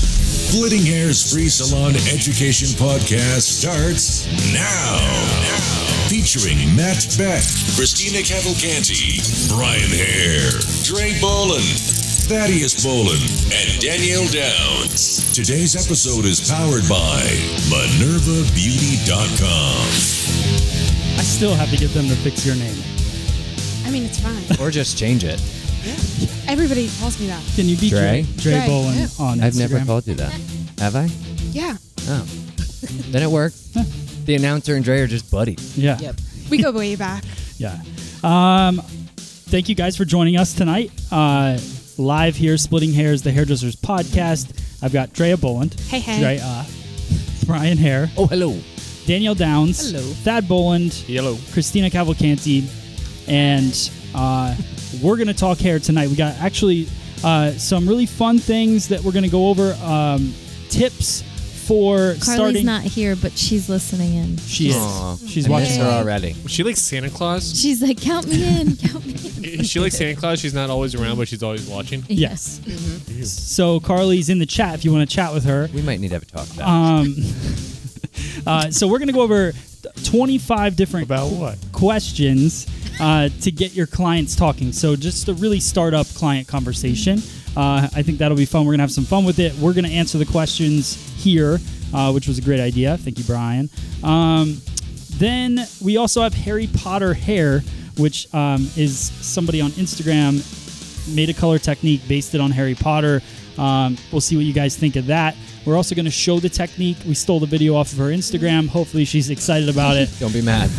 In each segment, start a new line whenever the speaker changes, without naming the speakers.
Splitting Hairs Free Salon Education Podcast starts now. Featuring Matt Beck, Christina Cavalcanti, Brian Hare, Dre Bolin, Thaddeus Bolin, and Danielle Downs. Today's episode is powered by MinervaBeauty.com.
I still have to get them to fix your name.
I mean, it's fine.
Or just change it.
Everybody calls me that.
Can you be
Dre?
Dre? Dre,
Dre,
Bolin
yeah.
on
I've never
Instagram?
called you that. Have I?
Yeah.
Oh. then it worked. The announcer and Dre are just buddies.
Yeah.
We go way back.
Yeah. Um, thank you guys for joining us tonight. Uh, live here, Splitting Hairs, the Hairdressers Podcast. I've got Drea Boland.
Hey, hey.
Drea, uh, Brian Hare.
Oh, hello.
Danielle Downs.
Hello.
Thad Boland.
Hello.
Christina Cavalcanti. And uh, we're going to talk hair tonight. We got actually uh, some really fun things that we're going to go over. Um, tips for
Carly's
starting.
not here, but she's listening in.
she is. She's watching.
her already.
She likes Santa Claus.
She's like, count me in, count me in.
she likes Santa Claus. She's not always around, but she's always watching.
Yes. So Carly's in the chat if you want to chat with her.
We might need to have a talk about
Um, uh, so we're going to go over th- 25 different
About
qu-
what?
questions uh, to get your clients talking. So just to really start up client conversation. Uh, I think that'll be fun. We're going to have some fun with it. We're going to answer the questions here, uh, which was a great idea. Thank you, Brian. Um, then we also have Harry Potter Hair, which um, is somebody on Instagram made a color technique, based it on Harry Potter. Um, we'll see what you guys think of that. We're also going to show the technique. We stole the video off of her Instagram. Hopefully, she's excited about it.
Don't be mad.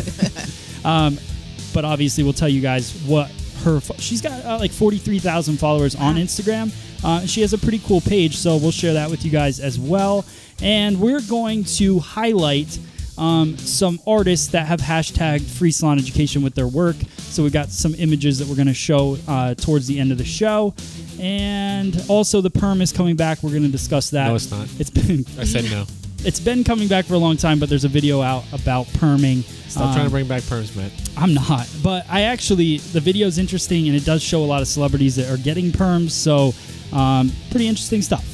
But obviously, we'll tell you guys what her. Fo- she's got uh, like 43,000 followers on Instagram. Uh, she has a pretty cool page, so we'll share that with you guys as well. And we're going to highlight. Um, some artists that have hashtagged free salon education with their work. So we've got some images that we're going to show uh, towards the end of the show. And also, the perm is coming back. We're going to discuss that.
No, it's not.
It's been
I said no.
it's been coming back for a long time, but there's a video out about perming.
Stop
Um,
trying to bring back perms, Matt.
I'm not, but I actually the video's interesting and it does show a lot of celebrities that are getting perms, so um, pretty interesting stuff.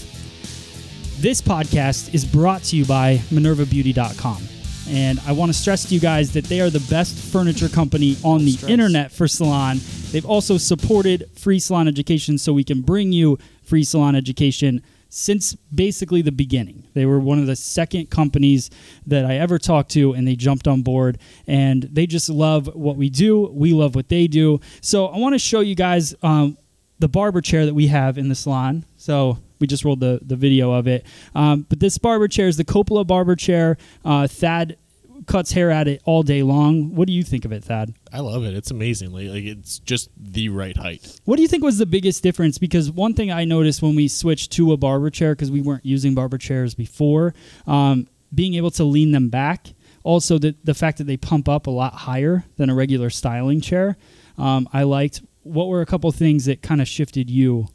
This podcast is brought to you by MinervaBeauty.com. And I want to stress to you guys that they are the best furniture company on the internet for salon. They've also supported free salon education, so we can bring you free salon education since basically the beginning. They were one of the second companies that I ever talked to, and they jumped on board. And they just love what we do. We love what they do. So I want to show you guys um, the barber chair that we have in the salon. So we just rolled the, the video of it. Um, but this barber chair is the Coppola barber chair. Uh, Thad cuts hair at it all day long. What do you think of it, Thad?
I love it. It's amazing. Like, like it's just the right height.
What do you think was the biggest difference? Because one thing I noticed when we switched to a barber chair, because we weren't using barber chairs before, um, being able to lean them back. Also, the, the fact that they pump up a lot higher than a regular styling chair, um, I liked. What were a couple things that kind of shifted you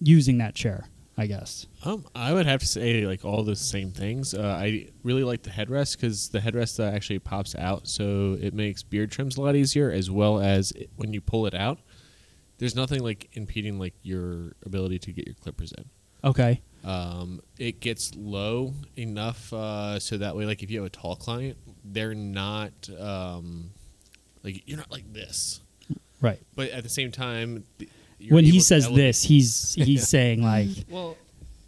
using that chair, I guess?
Um, I would have to say like all the same things. Uh, I really like the headrest because the headrest uh, actually pops out, so it makes beard trims a lot easier. As well as it, when you pull it out, there's nothing like impeding like your ability to get your clippers in.
Okay.
Um, it gets low enough uh, so that way, like if you have a tall client, they're not um, like you're not like this.
Right.
But at the same time, th- you're
when
able
he
to
says
elevate-
this, he's he's saying like,
well,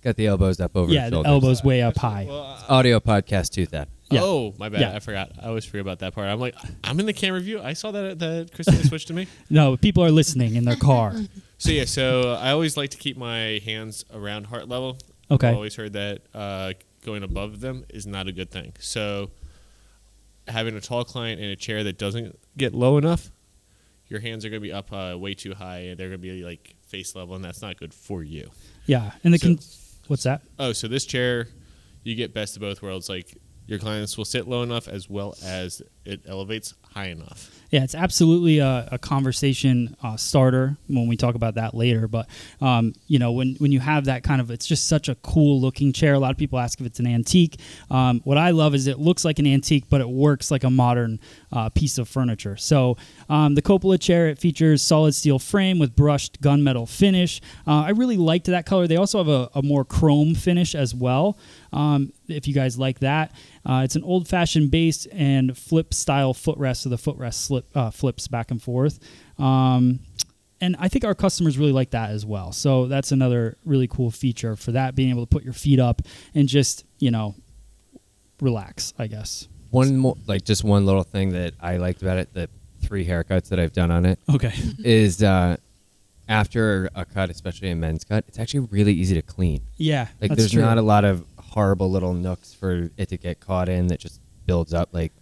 Got the elbows up over
yeah,
her
the
shoulders.
elbows way up high.
well, uh,
Audio podcast too, that.
Yeah.
oh my bad,
Yeah.
I forgot. I always forget about that part. I'm like, I'm in the camera view. I saw that that Christina switched to me.
No, people are listening in their car.
So yeah, so I always like to keep my hands around heart level.
Okay.
I've always heard that uh, going above them is not a good thing. So having a tall client in a chair that doesn't get low enough, your hands are going to be up uh, way too high, and they're going to be like face level, and that's not good for you.
Yeah, and the
So-
con- what's that?
Oh, so this chair, you get best of both worlds. Like your clients will sit low enough as well as it elevates high enough.
Yeah, it's absolutely a, a conversation uh, starter when we talk about that later. But um, you know, when when you have that kind of, it's just such a cool looking chair. A lot of people ask if it's an antique. Um, what I love is it looks like an antique, but it works like a modern uh, piece of furniture. So um, the Coppola chair it features solid steel frame with brushed gunmetal finish. Uh, I really liked that color. They also have a, a more chrome finish as well. Um, if you guys like that. Uh, it's an old fashioned base and flip style footrest, so the footrest slip, uh, flips back and forth. Um, and I think our customers really like that as well. So that's another really cool feature for that, being able to put your feet up and just, you know, relax, I guess.
One more, like just one little thing that I liked about it, the three haircuts that I've done on it,
Okay.
is uh, after a cut, especially a men's cut, it's actually really easy to clean.
Yeah.
Like
that's
there's
true.
not a lot of horrible little nooks for it to get caught in that just builds up. Like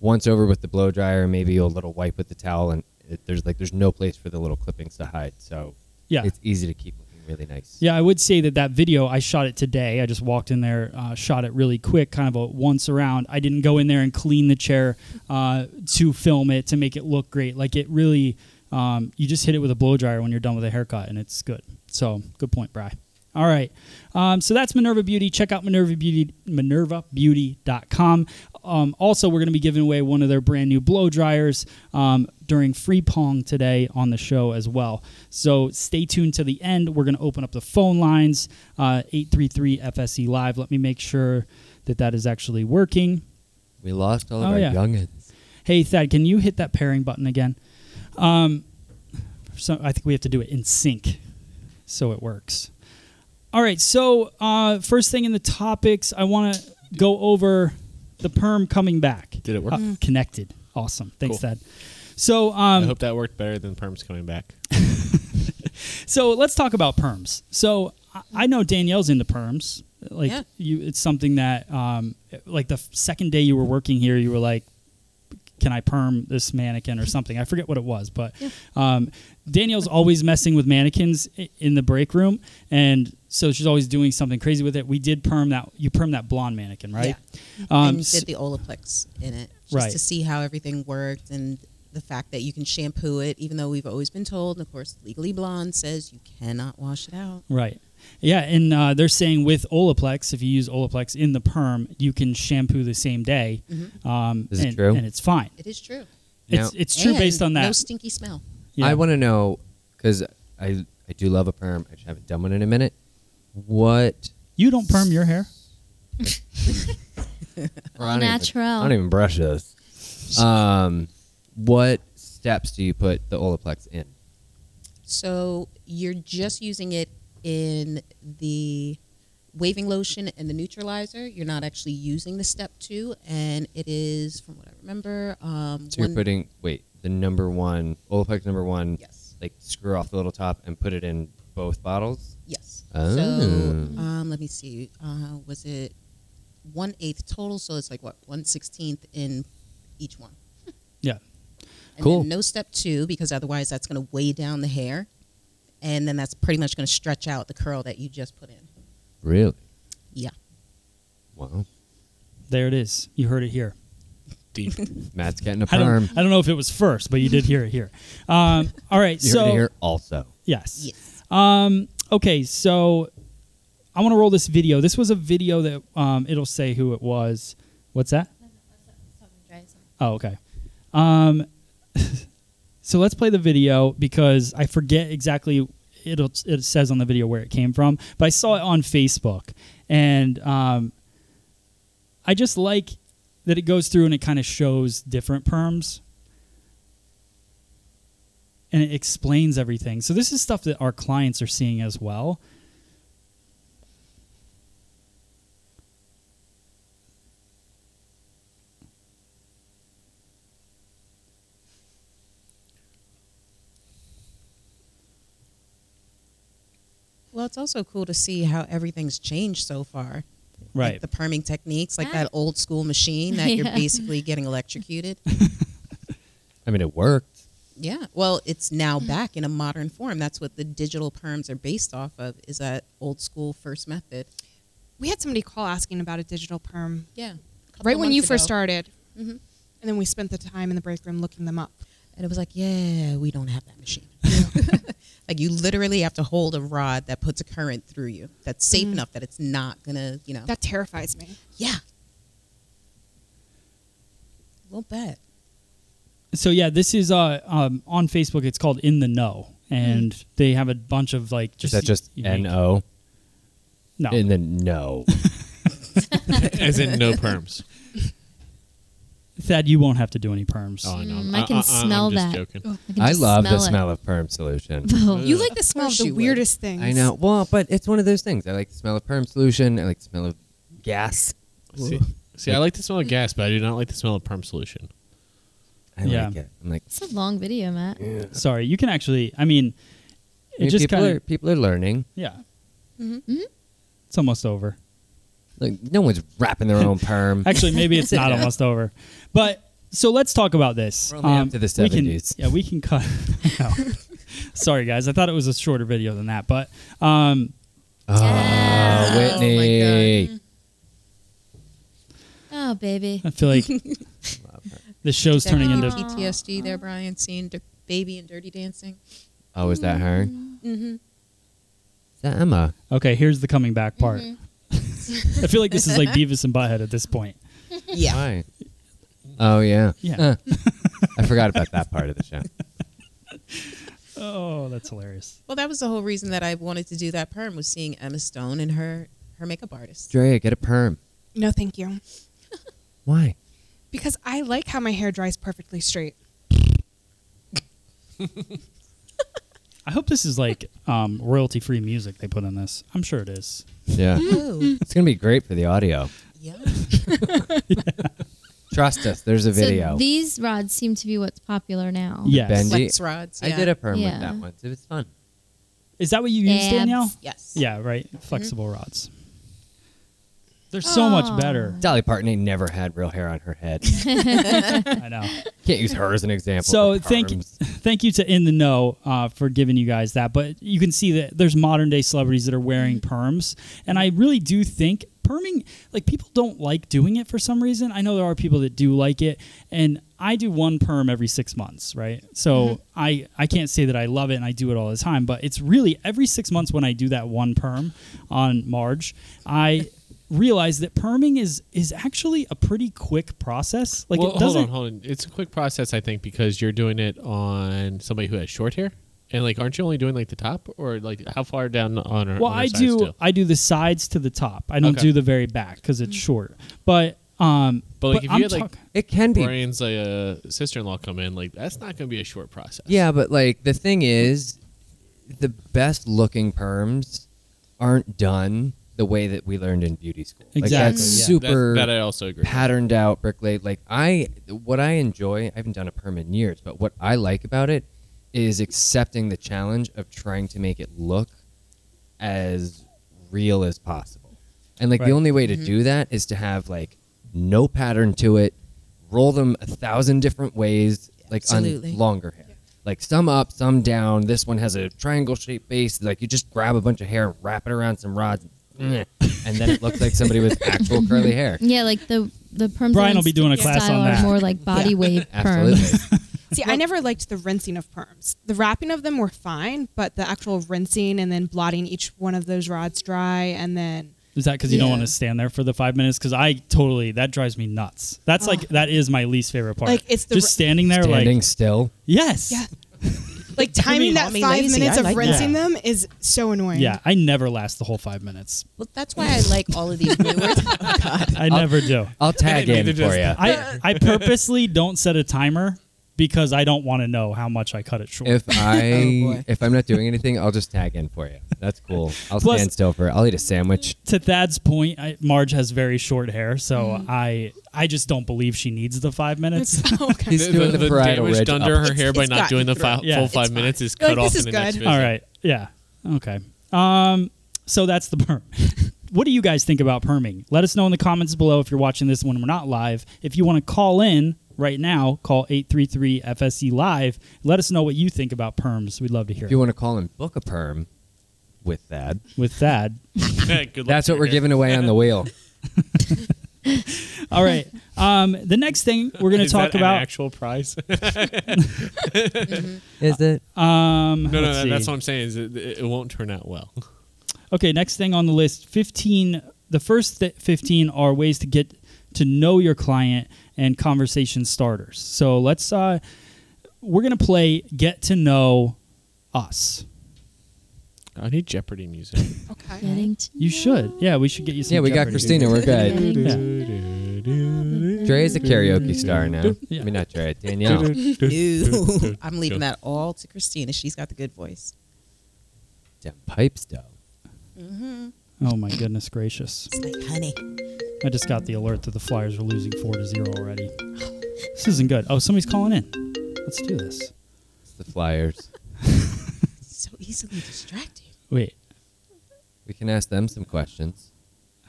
once over with the blow dryer, maybe a little wipe with the towel, and it, there's like there's no place for the little clippings to hide. So
Yeah.
it's easy to keep looking really nice.
Yeah, I would say that that video I shot it today. I just walked in there, uh, shot it really quick, kind of a once around. I didn't go in there and clean the chair uh, to film it to make it look great. Like it really, um, you just hit it with a blow dryer when you're done with a haircut, and it's good. So good point, Bry. All right, um, so that's Minerva Beauty. Check out Minerva Beauty, MinervaBeauty.com. Um, also, we're going to be giving away one of their brand new blow dryers um, during Free Pong today on the show as well. So stay tuned to the end. We're going to open up the phone lines, uh, eight three three FSE Live. Let me make sure that that is actually working.
We lost all of
Oh,
our
yeah.
youngins.
Hey Thad, can you hit that pairing button again? Um, so I think we have to do it in sync, so it works. All right. So uh, first thing in the topics, I want to go over the perm coming back.
Did it work?
Uh, connected. Awesome. Thanks,
Cool.
Thad. So um,
I hope that worked better than perms coming back.
so let's talk about perms. So I- I know Danielle's into perms. Like
Yeah.
you, it's something that um, like the f- second day you were working here, you were like, "Can I perm this mannequin or something?" I forget what it was, but um, Danielle's always messing with mannequins i- in the break room, and so she's always doing something crazy with it. We did perm that. You perm that blonde mannequin, right? Um,
and
s-
did the Olaplex in it just
Right.
to see how everything worked and the fact that you can shampoo it, even though we've always been told, and of course, Legally Blonde says you cannot wash it out.
Right. Yeah, and uh, they're saying with Olaplex, if you use Olaplex in the perm, you can shampoo the same day. Um,
Is it
and-
true?
And it's fine.
Mm-hmm. It is true.
It's,
Now-
it's true based
And
on that.
No stinky smell.
Yeah.
I want to know because I I do love a perm. I just haven't done one in a minute. What?
you don't perm your hair.
Or I don't even-
natural.
I don't even brush those. Um, what steps do you put the Olaplex in?
So you're just using it in the waving lotion and the neutralizer. You're not actually using the step two, and it is, from what I remember, um,
So you're
one-
putting wait the number one Olaplex number one.
yes,
Like screw off the little top and put it in both bottles.
yes.
Oh.
So um, let me see, uh, was it one eighth total? So it's like what one sixteenth in each one.
Yeah.
And
Cool.
then no step two because otherwise that's going to weigh down the hair, and then that's pretty much going to stretch out the curl that you just put in.
Really?
Yeah.
Wow.
There it is. You heard it here.
Deep.
Matt's getting a
I
perm.
don't, I don't know if it was first, but you did hear it here. Um, all right.
You
so
heard it here also.
yes.
Yes.
Um, okay, so I want to roll this video. This was a video that um, it'll say who it was. What's that? Oh, okay. Um, so let's play the video because I forget exactly it'll it says on the video where it came from, but I saw it on Facebook, and um, I just like that it goes through and it kind of shows different perms and it explains everything. So this is stuff that our clients are seeing as well.
Well, it's also cool to see how everything's changed so far.
Right.
Like the perming techniques, like
Yeah.
that old school machine that you're
Yeah.
basically getting electrocuted.
I mean, it worked.
yeah. Well, it's now back in a modern form. That's what the digital perms are based off of. Is that old school first method?
We had somebody call asking about a digital perm
Yeah. Mm-hmm.
right when you first started. And then we spent the time in the break room looking them up.
And it was like, yeah, we don't have that machine. like you literally have to hold a rod that puts a current through you that's safe
Mm.
enough that it's not gonna, you know.
That terrifies me.
yeah. Well, bet.
so yeah, this is uh um, on Facebook. It's called In the Know, and they have a bunch of like
Mm. Is
just
that just
unique-
N O?
No,
And then no.
as in no perms.
Thad, you won't have to do any perms.
Oh, I know. I'm-
Mm, I can
I,
smell
am
that.
Just joking.
can
I
just
love the
it.
smell of perm solution.
Oh,
You like the smell of
course
the
you would.
weirdest things.
I know. Well, but it's one of those things. I like the smell of perm solution. I like the smell of gas.
See, see, I like the smell of gas, but I do not like the smell of perm solution.
I
Yeah.
like it. I'm like,
It's a long video, Matt.
Sorry, you can actually. I mean,
I
it
mean,
just
people
kind
are
of
people are learning.
yeah.
Mhm.
It's almost over.
Like no one's wrapping their own perm.
Actually, maybe it's not almost over. But so let's talk about this. Um,
We're only up to the
we can-
70s.
yeah, we can cut. No. Sorry, guys. I thought it was a shorter video than that, but um,
Oh, Whitney.
Oh, baby.
I feel like the show's turning
That
into.
give you PTSD there, Brian, seeing Dir- baby and dirty dancing.
oh, is that her?
Mm-hmm.
Is that Emma?
Okay, here's the coming back part. I feel like this is like Beavis and Butthead at this point.
Yeah.
Why? Oh yeah.
Yeah.
Uh, I forgot about that part of the show.
Oh, that's hilarious.
Well, that was the whole reason that I wanted to do that perm was seeing Emma Stone and her her makeup artist.
Drea, get a perm.
No, thank you.
Why?
Because I like how my hair dries perfectly straight.
I hope this is like um, royalty free music they put in this. I'm sure it is.
Yeah.
Oh,
it's gonna be great for the audio.
yeah.
Trust us. There's a video.
So these rods seem to be what's popular now.
Yes.
Bendy.
Flex rods. Yeah.
I did a perm
Yeah.
with that once. It was fun.
Is that what you use,
Abs.
Danielle?
Yes.
Yeah, right. Flexible rods. They're so much better.
Dolly Parton ain't never had real hair on her head.
I know.
Can't use her as an example.
So
for
thank
perms.
thank you to In the Know uh, for giving you guys that. But you can see that there's modern day celebrities that are wearing
Mm-hmm.
perms, and I really do think perming like people don't like doing it for some reason. I know there are people that do like it, and I do one perm every six months, right? So
Mm-hmm.
I I can't say that I love it and I do it all the time, but it's really every six months when I do that one perm on Marge, I. realize that perming is is actually a pretty quick process like
well,
it
hold
doesn't
on, hold on. It's a quick process, I think, because you're doing it on somebody who has short hair, and like, aren't you only doing like the top, or like how far down on her?
Well,
on her
I
side
do.
Still?
I do the sides to the top. I don't
Okay.
do the very back because
Mm.
it's short. But um,
But, like, if you
I'm
had, like-
talk-
it can be
Brian's like, uh, sister-in-law come in. Like, that's not going to be a short process.
Yeah, but like the thing is, the best looking perms aren't done the way that we learned in beauty school. Like
Exactly,
that's
yeah.
That-
super
That, I also agree. with.
patterned out, bricklaid. Like I, what I enjoy, I haven't done a perm in years, but what I like about it is accepting the challenge of trying to make it look as real as possible. And like
Right.
the only way to do that is to have like no pattern to it, roll them a thousand different ways, like
Absolutely.
on longer hair. Like some up, some down. This one has a triangle shaped base. Like you just grab a bunch of hair, wrap it around some rods, and then it looks like somebody with actual curly hair.
Yeah, like the the perms.
Brian
on
will be doing a
style
class on
are
that.
More like body wave perms.
Absolutely.
See, I never liked the rinsing of perms. The wrapping of them were fine, but the actual rinsing and then blotting each one of those rods dry and then
is that because you don't
Yeah.
want to stand there for the five minutes? Because I totally that drives me nuts. That's like that is my least favorite part.
Oh. Like, it's the
just
re-
standing there
Standing
like
still.
yes.
Yeah. like timing
mean,
that
I mean,
five
lazy,
minutes
I
of
like that.
rinsing
Yeah.
them is so annoying.
Yeah, I never last the whole five minutes.
Well, that's why I like all of these viewers.
I never do.
I'll tag in
Neither
for
does-
you.
I I purposely don't set a timer because I don't want to know how much I cut it short.
If I
Oh, boy.
if I'm not doing anything, I'll just tag in for you. That's cool. I'll
Plus-
stand still for it. I'll eat a sandwich.
to Thad's point, I, Marge has very short hair, so
Mm-hmm.
I I just don't believe she needs the five minutes.
Oh,
okay.
He's doing the, parietal
damage
ridge
done to
up.
her hair by
it's
not
gotten
doing the
through.
fi-
Yeah.
full
It's
five
fine.
minutes is
You're
cut
like,
off
this
in the
is
next
good.
visit.
All right. Yeah. Okay. Um, so that's the perm. what do you guys think about perming? Let us know in the comments below if you're watching this when we're not live. If you want to call in right now, call 833 FSC E Live. Let us know what you think about perms. We'd love to hear
If you
it.
want to call and book a perm with that,
with Thad.
Good luck
that's
to
what
your
we're
hair.
giving away on the wheel.
All right. Um, the next thing we're going to
Is
talk
that an
about.
actual price.
Is it?
um,
no, no,
let's
no
see.
that's what I'm saying. Is it, it won't turn out well.
Okay, next thing on the list 15. The first th- 15 are ways to get to know your client and conversation starters. So let's, uh, we're going to play Get to Know Us.
I need Jeopardy music.
Okay.
Getting to
You should. Yeah, we should get you some.
Yeah, we got
Jeopardy.
Christina. We're good.
Getting
Yeah.
to
Dre is a karaoke star now.
Yeah.
I mean, not Dre, Danielle.
No, I'm leaving
Yeah.
that all to Christina. She's got the good voice.
Damn pipes, though.
Oh my goodness gracious!
It's like, honey,
I just got the alert that the Flyers are losing four to zero already. This isn't good. Oh, somebody's calling in. Let's do this.
It's the Flyers.
so easily distracted.
Wait,
We can ask them some questions.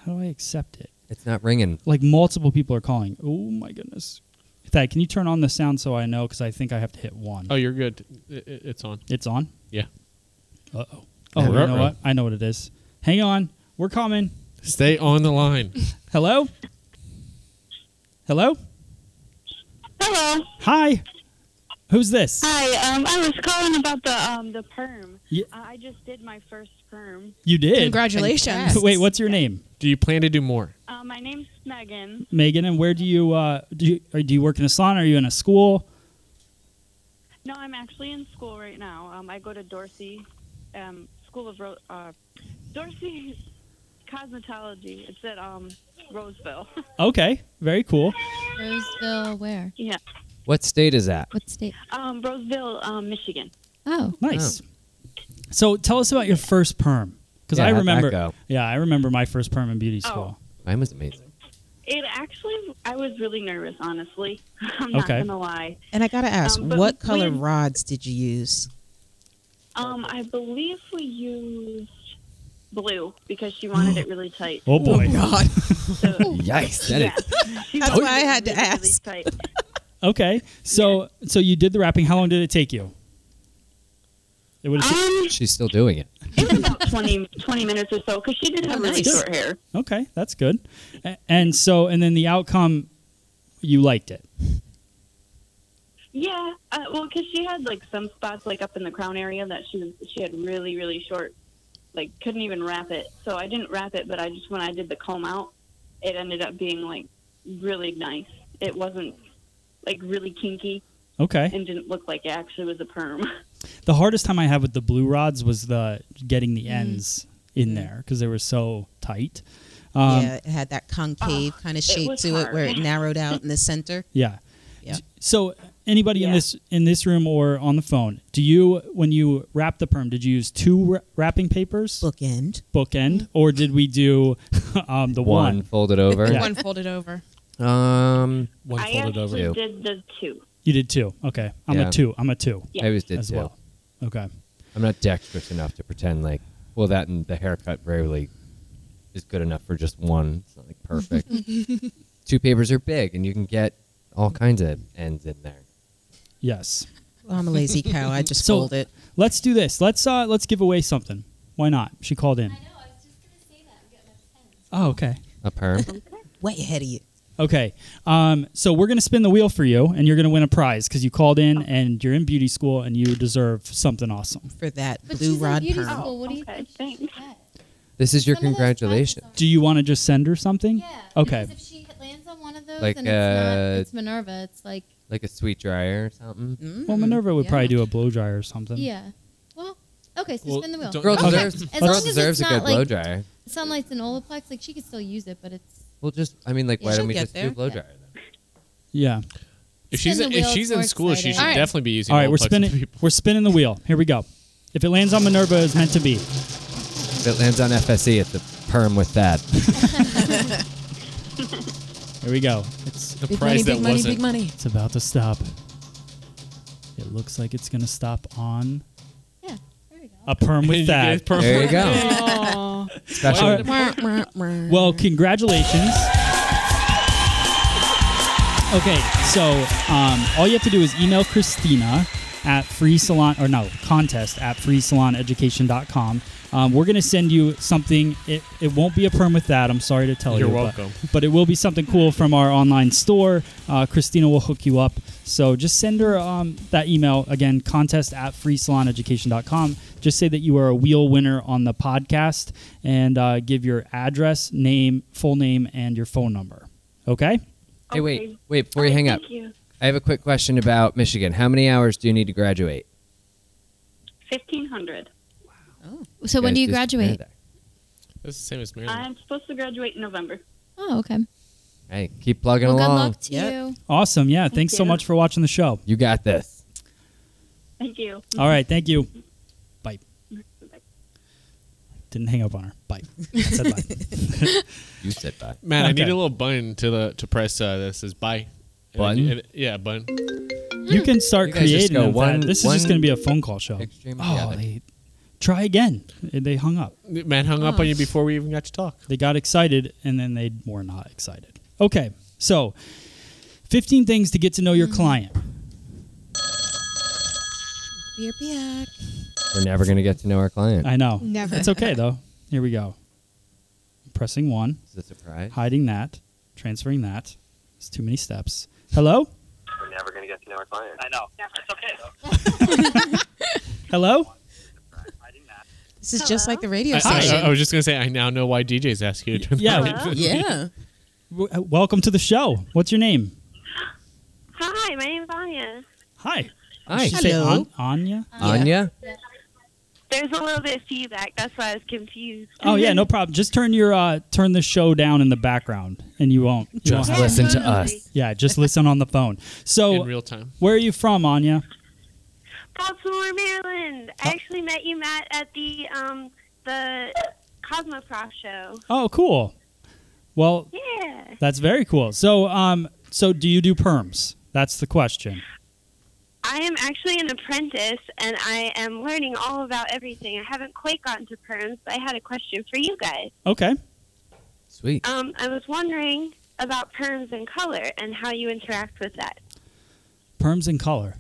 how do I accept it?
It's not ringing.
Like multiple people are calling. Oh my goodness! Thad, can you turn on the sound so I know? Because I think I have to hit one.
Oh, you're good. I- I- it's on.
It's on.
Yeah.
Uh oh. Oh, you know
Uh-oh.
what? I know what it is. Hang on. We're coming.
Stay on the line.
Hello. Hello.
Hello.
Hi. Who's this?
Hi. Um, I was calling about the um the perm.
Ye-
Uh, I just did my first perm.
You did.
Congratulations.
Wait, what's your name?
Do you plan to do more?
Uh, my name's Megan.
Megan, and where do you uh, do? You, or do you work in a salon? Are you in a school?
No, I'm actually in school right now. Um, I go to Dorsey um, School of Ro- uh, Dorsey Cosmetology. It's at um, Roseville.
Okay, very cool.
Roseville, where?
yeah,
What state is that?
What state?
um, Roseville, um, Michigan.
Oh,
Nice. So, tell us about your first perm, because
Yeah,
I
how'd that
remember.
go?
Yeah, I remember my first perm in beauty
Oh.
school.
Mine was amazing.
It actually, I was really nervous, honestly. I'm not
Okay.
gonna lie.
And I gotta ask,
Um, but
what
we-
color rods did you use?
Um, I believe we used blue because she wanted it really tight.
Oh, boy.
God,
So,
Yikes! That
yeah,
is-
she
That's
wanted
why I
it
had to
really, really
ask.
tight.
Okay, so so you did the wrapping. How long did it take you? It would.
Um,
she's still doing it.
it was about 20, 20 minutes or so because she did have
Oh,
really
nice.
short hair.
Okay, that's good. A- And so, and then the outcome, you liked it.
Yeah, uh, well, because she had like some spots like up in the crown area that she was she had really really short, like couldn't even wrap it. So I didn't wrap it, but I just when I did the comb out, it ended up being like really nice. It wasn't like really kinky
Okay.
and didn't look like it actually was a perm.
The hardest time I had with the blue rods was the getting the ends in there because they were so tight. Um,
yeah, it had that
Ah,
concave kind of shape
was
to it, where it
hard.
narrowed out in the center.
Yeah.
Yeah.
So anybody in
Yeah.
this in this room or on the phone, do you when you wrap the perm, did you use two wra- wrapping papers,
Bookend.
bookend, or did we do um, the
One,
one.
folded over.
Yeah.
One folded over.
Um,
One
I
folded over.
actually
Two.
did the two.
You did two. Okay. I'm
Yeah.
a two. I'm a two
Yeah.
I always did
as
too.
well. Okay.
I'm not dexterous enough to pretend like well that and the haircut rarely is good enough for just one. It's not like perfect. Two papers are big and you can get all kinds of ends in there.
Yes.
Well, I'm a lazy cow. I just
So-
fold it.
Let's do this. Let's uh let's give away something. Why not? She called in. Oh, okay.
A perm.
Way ahead of you.
Okay. Um, so we're going to spin the wheel for you, and you're going to win a prize because you called in and you're in beauty school and you deserve something awesome.
for that
But
blue
she's in
rod
beauty
perm.
school. What do you
Okay,
think? she
thanks.
should get?
This is your
Some of those
congratulations.
prizes
Do you want to just send her
are-
something?
Yeah.
Okay.
Because if she lands on one of those,
Like,
and it's
uh,
not, it's Minerva. It's like,
Like a sweet dryer or something.
Well, Minerva would
yeah.
probably do a blow dryer or
um,
something.
yeah. Well, okay. So
Well,
spin the wheel.
don't-
Girl
Okay.
deserves
As long
girl
as it's
deserves a
not,
good
like-
blow dryer.
Sunlight's an Olaplex. Like she could still use it, but it's
Well just I mean like
Yeah,
why
she'll
don't we
get
just
there.
do blow
Yeah.
dryer then?
Yeah.
If she's
Spin the
if
wheel,
she's
it's
in
more
school, she
exciting.
should
All right.
definitely be using.
All right, we're
Olaplex with
spinning.
people.
We're spinning the wheel. Here we go. If it lands on Minerva, it's meant to be.
If it lands on FSE it's a perm with that.
Here we go. It's
The prize that wasn't.
money.
it's about to stop. It looks like it's going to stop on
yeah. There we go.
a perm
You
with that.
get perm.
There you go.
Oh,
Special
All right. Well, congratulations. Okay, so um, all you have to do is email Christina at free salon or no contest at free salon education.com Um, we're going to send you something. It, it won't be a perm with that. I'm sorry to tell
You're
you. but-
welcome.
but it will be something cool from our online store. Uh, Christina will hook you up. So just send her um, that email again, contest at freesaloneducation.com. Just say that you are a wheel winner on the podcast and uh, give your address, name, full name, and your phone number. Okay?
Hey,
Okay.
wait, wait, before you hang up,
Thank you.
I have a quick question about Michigan. How many hours do you need to graduate?
Fifteen hundred.
So when
Guys,
do you
just-
graduate?
That's the same as Maryland.
I'm supposed to graduate in November.
Oh, okay.
Hey, keep plugging
Well, good
along.
luck to
Yep.
you.
Awesome. Yeah. Thanks so
you.
much for watching the show.
You got this.
Thank you.
All right. Thank you. Bye. Didn't hang up on her. Bye. I said bye.
You sit back.
Matt, I need
Okay.
a little button to the to press uh, that says bye. And I
Button?
do- and it- yeah, button.
You can start
You guys just
creating
go
them, Thad.
one-
This is just
one
going to be a phone call show.
extreme or the
Oh,
other.
they try again. They hung up.
Matt hung up on you before we even got to talk.
They got excited and then they were not excited. Okay, so 15 things to get to know your client.
We're back.
We're never going to get to know our client.
I know.
Never.
It's okay though. Here we go. Pressing one,
Is it a surprise?
hiding that, transferring that. It's too many steps. Hello?
We're never going to get to know our clients. I know. It's okay, though.
Hello?
This is just like the radio
I,
station.
I- I was just gonna say I now know why DJs ask you to turn.
Yeah.
the
w-
yeah.
w- uh, welcome to the show. What's your name?
Hi, my name's Anya.
Hi.
Hi.
Did she say
Hello.
An- Anya?
Anya?
There's a little bit of feedback. That's why I was confused.
Oh yeah, no problem. Just turn your uh, turn the show down in the background, and you won't. You won't
Just
have
Listen to us.
Yeah, just listen on the phone.
in
So,
real time.
where are you from, Anya?
Baltimore, Maryland. I actually met you, Matt, at the um the Cosmoprof show.
Oh, cool. Well,
Yeah.
that's very cool. So, um, so do you do perms? That's the question.
I am actually an apprentice, and I am learning all about everything. I haven't quite gotten to perms, but I had a question for you guys.
Okay.
Sweet.
Um, I was wondering about perms and color and how you interact with that.
Perms in color.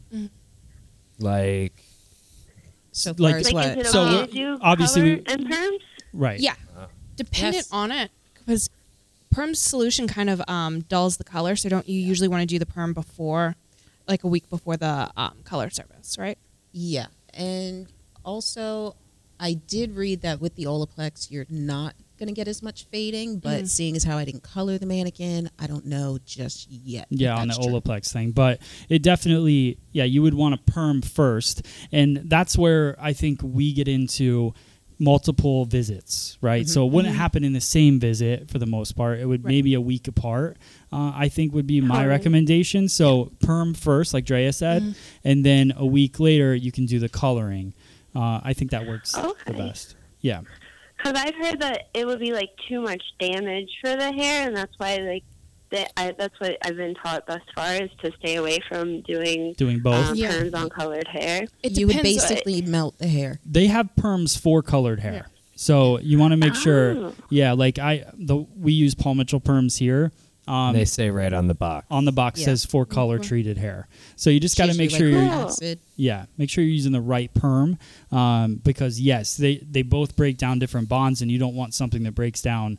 Like,
So
Like-
far as
Like,
what?
is it
So
okay
we're-
to do
obviously
color
we-
and perms?
Right.
Yeah. Dependent
Yes.
on it because perm solution kind of um, dulls the color, so don't you usually want to do the perm before, like a week before the um, color service, right?
Yeah. And also, I did read that with the Olaplex, you're not going to get as much fading, but
Mm.
seeing as how I didn't color the mannequin, I don't know just yet. if
Yeah, on the
that's true.
Olaplex thing, but it definitely, yeah, you would want a perm first, and that's where I think we get into multiple visits, right?
Mm-hmm.
So it wouldn't happen in the same visit for the most part. It would maybe a week apart. Uh, I think would be my
Totally.
recommendation. So perm first, like Drea said,
Mm-hmm.
and then a week later you can do the coloring. Uh, I think that works the
Okay.
best. Yeah.
Because I've heard that it would be like too much damage for the hair, and that's why like that I, that's what I've been taught thus far is to stay away from doing
Doing both.
um,
Yeah.
perms on colored hair.
It
you would
depends on-
basically melt the hair.
they have perms for colored hair. So you want to make sure,
Oh.
yeah. Like I, the we use Paul Mitchell perms here. Um,
they say right on the box.
on the box
Yeah. Mm-hmm.
says for color treated hair. So you just got to
Usually,
make sure
like, "Ah." "Oh,
you're,
you're-
acid.
yeah, make sure you're using the right perm, um, because yes, they they both break down different bonds, and you don't want something that breaks down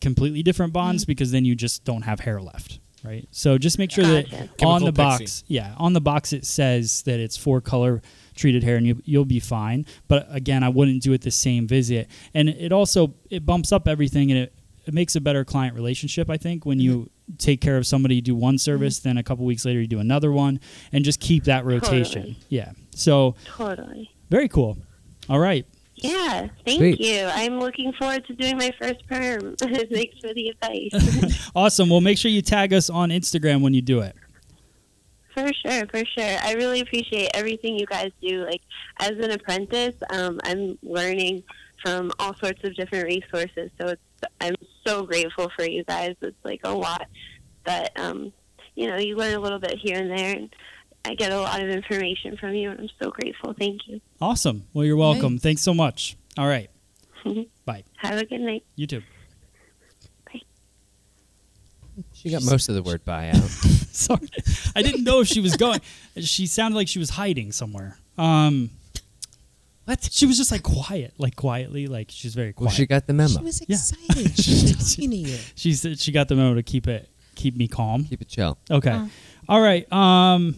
completely different
Mm-hmm.
bonds because then you just don't have hair left, right? So just make
Ah,
sure that
Gotcha.
on the
Chemical
box, yeah, on the box it says that it's for color treated hair, and you you'll be fine. But again, I wouldn't do it the same visit, and it also it bumps up everything, and it it makes a better client relationship. I think when you take care of somebody, you do one service, then a couple weeks later you do another one, and just keep that rotation.
Totally.
Yeah. So
Totally.
very cool. All right.
Yeah. Thank
Sweet.
you. I'm looking forward to doing my first perm. Thanks for the advice.
Awesome. Well, make sure you tag us on Instagram when you do it.
For sure, for sure. I really appreciate everything you guys do. Like as an apprentice, um, I'm learning from all sorts of different resources. So it's I'm so grateful for you guys. It's like a lot that um, you know you learn a little bit here and there, and I get a lot of information from you, and I'm so grateful. Thank you.
Awesome. Well, you're welcome. Thanks so much. All right.
Have a good night.
You too.
She got most of the word bye out.
Sorry. I didn't know if she was going. She sounded like she was hiding somewhere. Um,
What?
She was just like quiet, like quietly, like she's very
Well,
quiet.
she got the memo.
She was
Yeah.
excited. She was talking to you.
she said she got the memo to keep it keep me calm.
Keep it chill.
Okay.
Oh.
All right. Um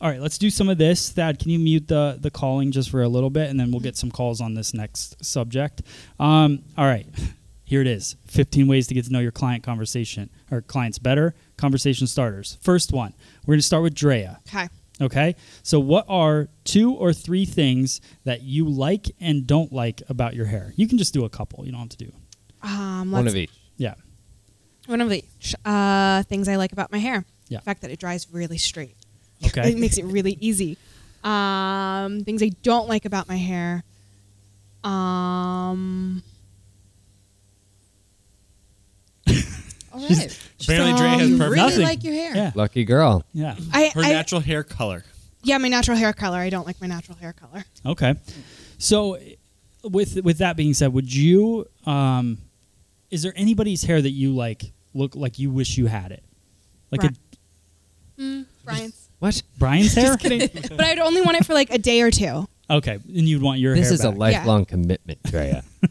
all right, let's do some of this. Thad, can you mute the the calling just for a little bit and then
Mm-hmm.
we'll get some calls on this next subject. Um all right. Here it is. 15 ways to get to know your client conversation or clients better, conversation starters. First one. We're going to start with Drea.
Okay.
Okay. So, what are two or three things that you like and don't like about your hair? You can just do a couple. You don't have to do.
Um,
One
let's-
of each.
Yeah.
One of each uh, things I like about my hair.
Yeah.
The fact that it dries really straight.
Okay.
It makes it really easy. Um, things I don't like about my hair. Um,
All right.
Apparently, Dre has
you
perfect.
really
Nothing.
like your hair.
Yeah.
Lucky girl.
yeah.
I,
Her
I
natural hair color.
yeah, my natural hair color. I don't like my natural hair color.
Okay. So, with with that being said, would you? Um, is there anybody's hair that you like? Look like you wish you had it, like
Bri-
a
Brian's,
What?
Brian's hair.
but I'd only want it for like a day or two.
Okay, and you'd want your
This
hair.
is a
back.
lifelong commitment, Drea. you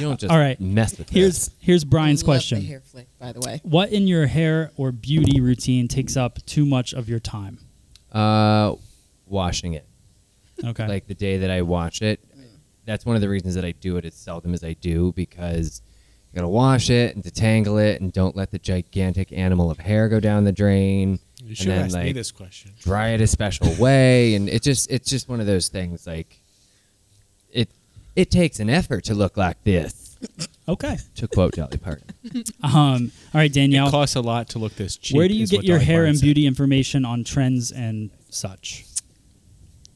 don't just
All right.
mess with
Here's
this.
here's Brian's
Love
question.
The hair flick, by the way.
What in your hair or beauty routine takes up too much of your time?
uh, washing it.
Okay.
Like the day that I wash it, that's one of the reasons that I do it as seldom as I do because you gotta wash it and detangle it and don't let the gigantic animal of hair go down the drain.
Oh, You
And
should
then,
ask me
like,
this question.
dry it a special way and it just it's just one of those things like it it takes an effort to look like this
okay.
to quote Dolly Parton.
Um, all right,
It
Danielle.
costs a lot to look this cheap.
Where do you
is
get
what
your
Dolly
hair
Parton
and
said.
beauty information on trends and such?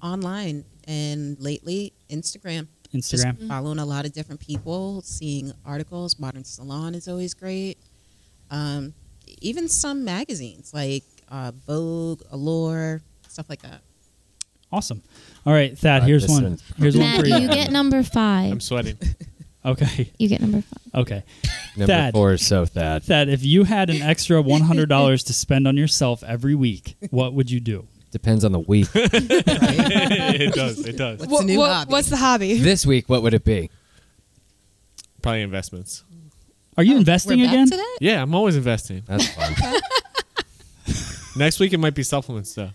Online and lately, Instagram. Just
Instagram.
following a lot of different people, seeing articles. Modern Salon is always great. Um, even some magazines like uh, Vogue, Allure, stuff like that.
Awesome. All right, Thad.
God,
Here's
this
one.
one's-
Here's one
Matt,
for
you
you.
get number five.
I'm sweating.
Okay.
You get number five.
Okay.
Number
Thad.
four is so Thad.
Thad, if you had an extra one hundred dollars to spend on yourself every week, what would you do?
Depends on the week.
it does. It does.
What's the new hobby?
What's the hobby?
this week, what would it be?
Probably investments.
Are you
Oh, We're
investing
back
again?
to that?
Yeah, I'm always investing.
That's fun.
Next week it might be supplements though.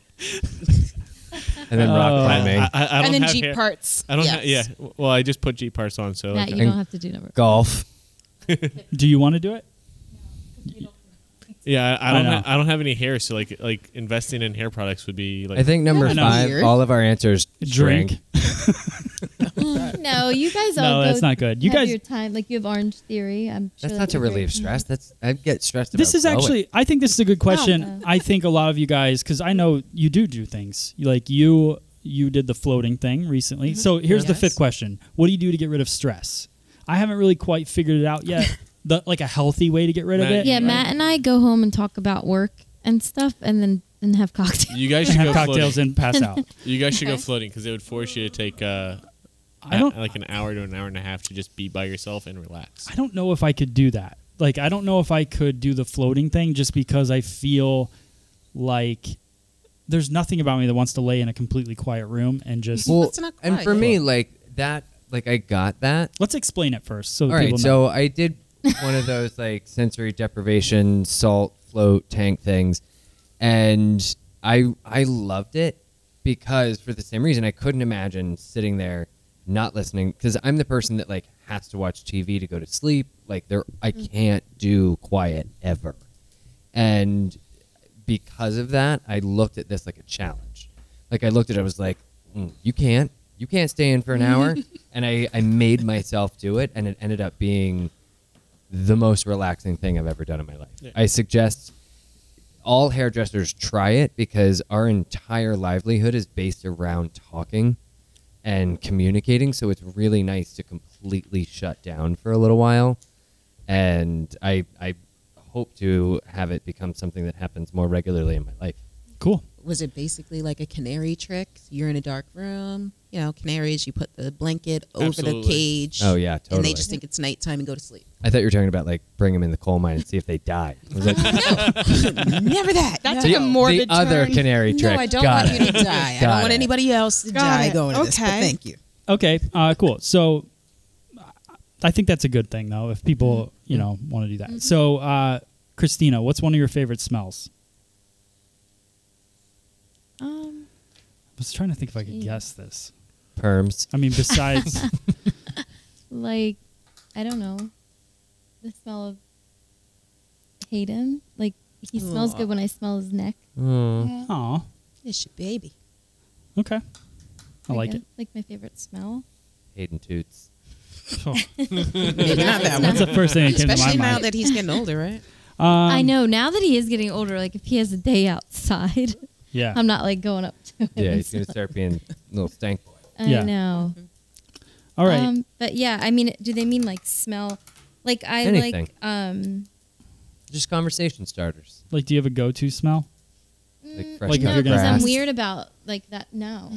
And then rock climbing,
Uh, I, I, I don't
And then
have
Jeep
hair-
parts.
I don't.
Yes.
Ha- yeah. Well, I just put Jeep parts on, so
Matt,
like,
you
Okay.
don't have to do number.
golf.
Do you want to do it?
yeah, I, I don't.
I know.
ha- I don't have any hair, so like like investing in hair products would be like.
I think number
I know.
five.
Weird.
All of our answers
Drink.
drink.
No, you guys all
No,
go
that's not good. You
have
guys-
your time like you have Orange Theory. I'm sure
That's not to
would be
relieve
great.
stress. That's I get stressed.
This
about
is
blowing.
actually. I think this is a
Oh,
good question.
No.
I think a lot of you guys, because I know you do do things You- like you. You did the floating thing recently. So here's the
Mm-hmm. Yes.
fifth question: What do you do to get rid of stress? I haven't really quite figured it out yet. the, like a healthy way to get rid of
Matt,
it.
Yeah,
Right.
Matt and I go home and talk about work and stuff, and then and have cocktails.
you guys should go
Have cocktails
floating.
and pass out.
You guys should go floating because it would force you to take uh,
I don't.
like an hour to an hour and a half to just be by yourself and relax.
I don't know if I could do that. Like, I don't know if I could do the floating thing just because I feel like there's nothing about me that wants to lay in a completely quiet room and just.
Well,
That's not
and
quite.
for me, like that, like I got that.
Let's explain it first so
All right,
people know.
so I did one of those like sensory deprivation salt float tank things, and I I loved it because for the same reason I couldn't imagine sitting there not listening because I'm the person that like has to watch TV to go to sleep. Like there, I can't do quiet ever, and because of that, I looked at this like a challenge. Like I looked at it, I was like, "Mm, you can't, you can't stay in for an hour. and I, I made myself do it, and it ended up being the most relaxing thing I've ever done in my life.
Yeah.
I suggest all hairdressers try it because our entire livelihood is based around talking and communicating. So it's really nice to completely shut down for a little while. And I, I hope to have it become something that happens more regularly in my life.
Cool.
was it basically like a canary trick? You're in a dark room, you know, canaries, you put the blanket over
Absolutely.
the cage.
Oh, yeah,
And
totally.
they just think it's nighttime and go to sleep.
I thought you were talking about like bring them in the coal mine and see if they die. I was like,
Never that.
That
No.
took a morbid
the other
turn.
canary
No,
trick.
I don't
Got
want
it.
you to die. I don't
Got
want
it.
anybody else to
Got
die
it.
going to this, but
Okay.
thank you.
Okay. Uh, cool. So I- I think that's a good thing, though, if people, you know, want to do that. So, uh, Christina, what's one of your favorite smells?
Um,
I was trying to think if I could
Gee.
guess this.
Perms.
I mean, besides,
like I don't know, the smell of Hayden. Like he smells
Aw.
good when I smell his neck.
Mm.
oh,
It's your baby.
okay. I like
guess,
it.
Like my favorite smell.
Hayden Toots.
Oh,
Maybe not that
that's
one.
the first thing that came to my
Especially now
mind.
that he's getting older, right?
Um,
I know now that he is getting older. Like if he has a day outside,
Yeah.
I'm not like going up to him.
Yeah,
and
he's gonna start being a little stank boy.
I
Yeah. Mm-hmm.
know.
All right.
Um, but yeah, I mean, do they mean like smell? Like I
Anything.
like um
Just conversation starters.
like, do you have a go-to smell?
Like
mm,
fresh
Like if
no,
you're gonna
because I'm
ask-
weird about like that. No,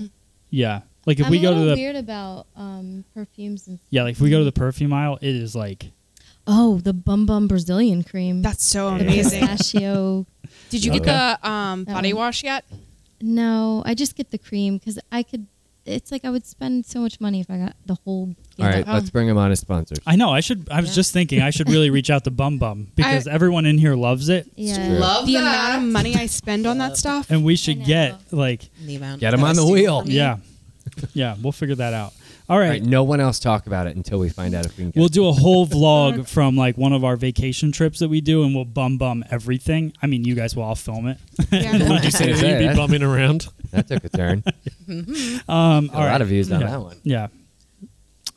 Yeah. Like if
I'm
we
a
go to
little
the
weird about um perfumes and
yeah, like if we go to the perfume aisle, it is like
oh the Bum Bum Brazilian cream.
That's so
The
amazing.
Pistachio.
Did you get
Okay.
the um,
That
body
one.
wash yet?
No, I just get the cream because I could. It's like I would spend so much money if I got the whole.
All right,
Oh,
let's bring him on as sponsors.
I know I should. I was
Yeah.
just thinking I should really reach out to Bum Bum because everyone in here loves it,
Yeah.
Sure.
Love
the
that.
amount of money I spend on that stuff.
and we should
know.
get like
The amount
Get him
that
on
I
the
steal
wheel.
from you.
yeah, yeah. We'll figure that out. All
All
right.
right, no one else talk about it until we find out if we can. Get
We'll
it.
do a whole vlog from like one of our vacation trips that we do, and we'll bum bum everything. I mean, you guys will all film it.
Yeah.
Just gonna
We'd
say,
be
that,
bumming around.
that took a turn.
Um,
a
all right.
lot of views on
Yeah.
that one.
Yeah.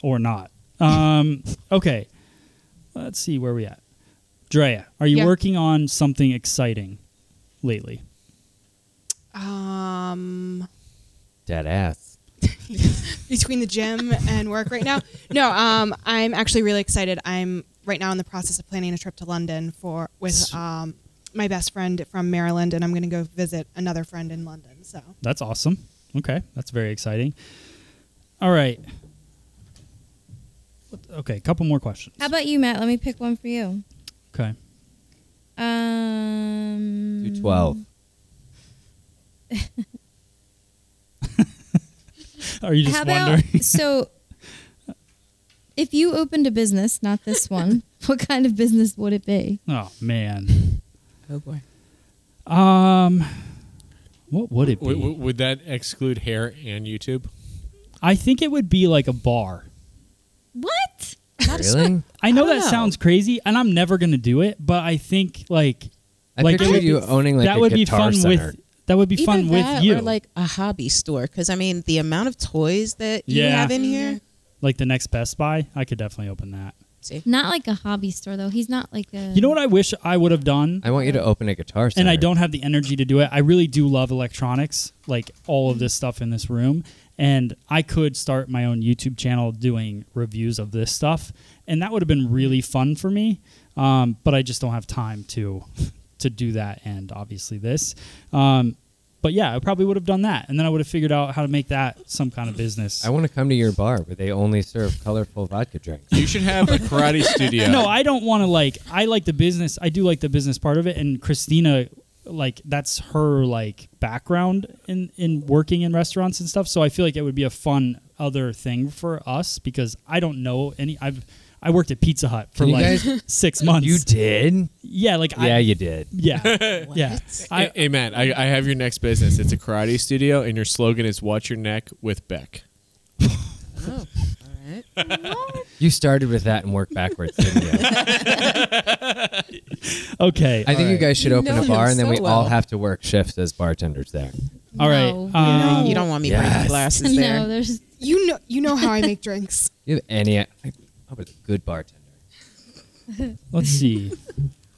Or not. Um, okay. Let's see where we at. Drea, are you
Yeah.
working on something exciting lately?
Um,
Dead ass.
between the gym and work right now. No, um, I'm actually really excited. I'm right now in the process of planning a trip to London for with um, my best friend from Maryland, and I'm going to go visit another friend in London. So
That's awesome. Okay, that's very exciting. All right. What- Okay, a couple more questions.
How about you, Matt? Let me pick one for you.
okay.
Um.
Do twelve.
Mm,
Are you just
How about
wondering?
so? If you opened a business, not this one, what kind of business would it be?
oh man.
Oh boy.
Um, what would it be?
W- w- would that exclude hair and YouTube?
I think it would be like a bar.
What?
really?
I know
don't
that
know.
sounds crazy, and I'm never gonna do it. But I think like
I
Like, it
pictured
would be-
you owning like
that
a
would be
guitar
fun
center.
with that would be
Either
fun
that
with you.
or like a hobby store. Because I mean, the amount of toys that you
Yeah.
have in here.
Like the next Best Buy, I could definitely open that.
See,
Not like a hobby store though. He's not like a.
You know what I wish I would have done,
I want you to open a guitar center.
and I don't have the energy to do it. I really do love electronics, like all of this stuff in this room, and I could start my own YouTube channel doing reviews of this stuff, and that would have been really fun for me. Um, but I just don't have time to to do that, and obviously this. Um, but yeah, I probably would have done that, and then I would have figured out how to make that some kind of business.
I want to come to your bar where they only serve colorful vodka drinks.
You should have a karate studio.
no, I don't want to like. I like the business. I do like the business part of it, and Christina, like that's her like background in in working in restaurants and stuff. So I feel like it would be a fun other thing for us because I don't know any. I've I worked at Pizza Hut for
Can you
like
guys-
six months.
You did?
yeah, like I,
Yeah, you did.
yeah, yeah.
I, hey, Matt, I, I have your next business. It's a karate studio, and your slogan is "Watch your neck with Beck."
oh, all right.
You started with that and worked backwards, didn't you?
okay.
I think you
right.
guys should
You
open
know
a bar,
him
and then
so
we all
well.
have to work shifts as bartenders there.
all right.
No.
um,
you don't want me
Yes.
breaking glasses there.
no, there's
you know, you know how I make drinks.
You have any? I, I was a good bartender.
Let's see.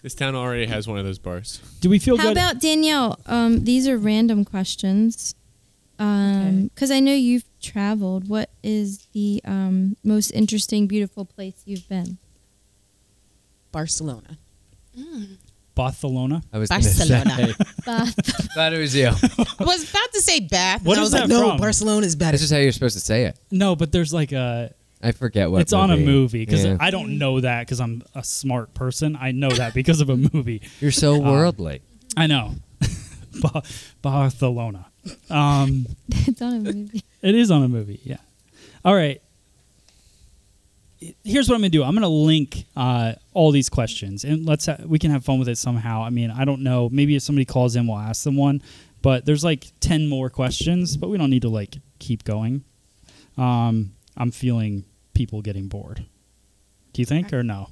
This town already has one of those bars.
Do we feel
How
good?
about Danielle? Um, these are random questions. Um, because I know you've traveled. What is the um most interesting, beautiful place you've been?
Barcelona.
Barcelona.
I was gonna
Barcelona.
say- Thought it was you.
I was about to say Bath.
What
and I
is
was
that
like, no,
from?
Barcelona's better.
This is how you're supposed to say it.
No, but there's like a.
I forget what.
it's on a movie because
Yeah.
I don't know that because I'm a smart person. I know that because of a movie.
You're so
Um,
worldly.
I know. Ba- Barcelona. Um,
it's on a movie.
it is on a movie. Yeah. All right. Here's what I'm gonna do. I'm gonna link uh, all these questions, and let's ha- we can have fun with it somehow. I mean, I don't know. Maybe if somebody calls in, we'll ask them one. But there's like ten more questions, but we don't need to like keep going. Um, I'm feeling people getting bored. Do you think or no?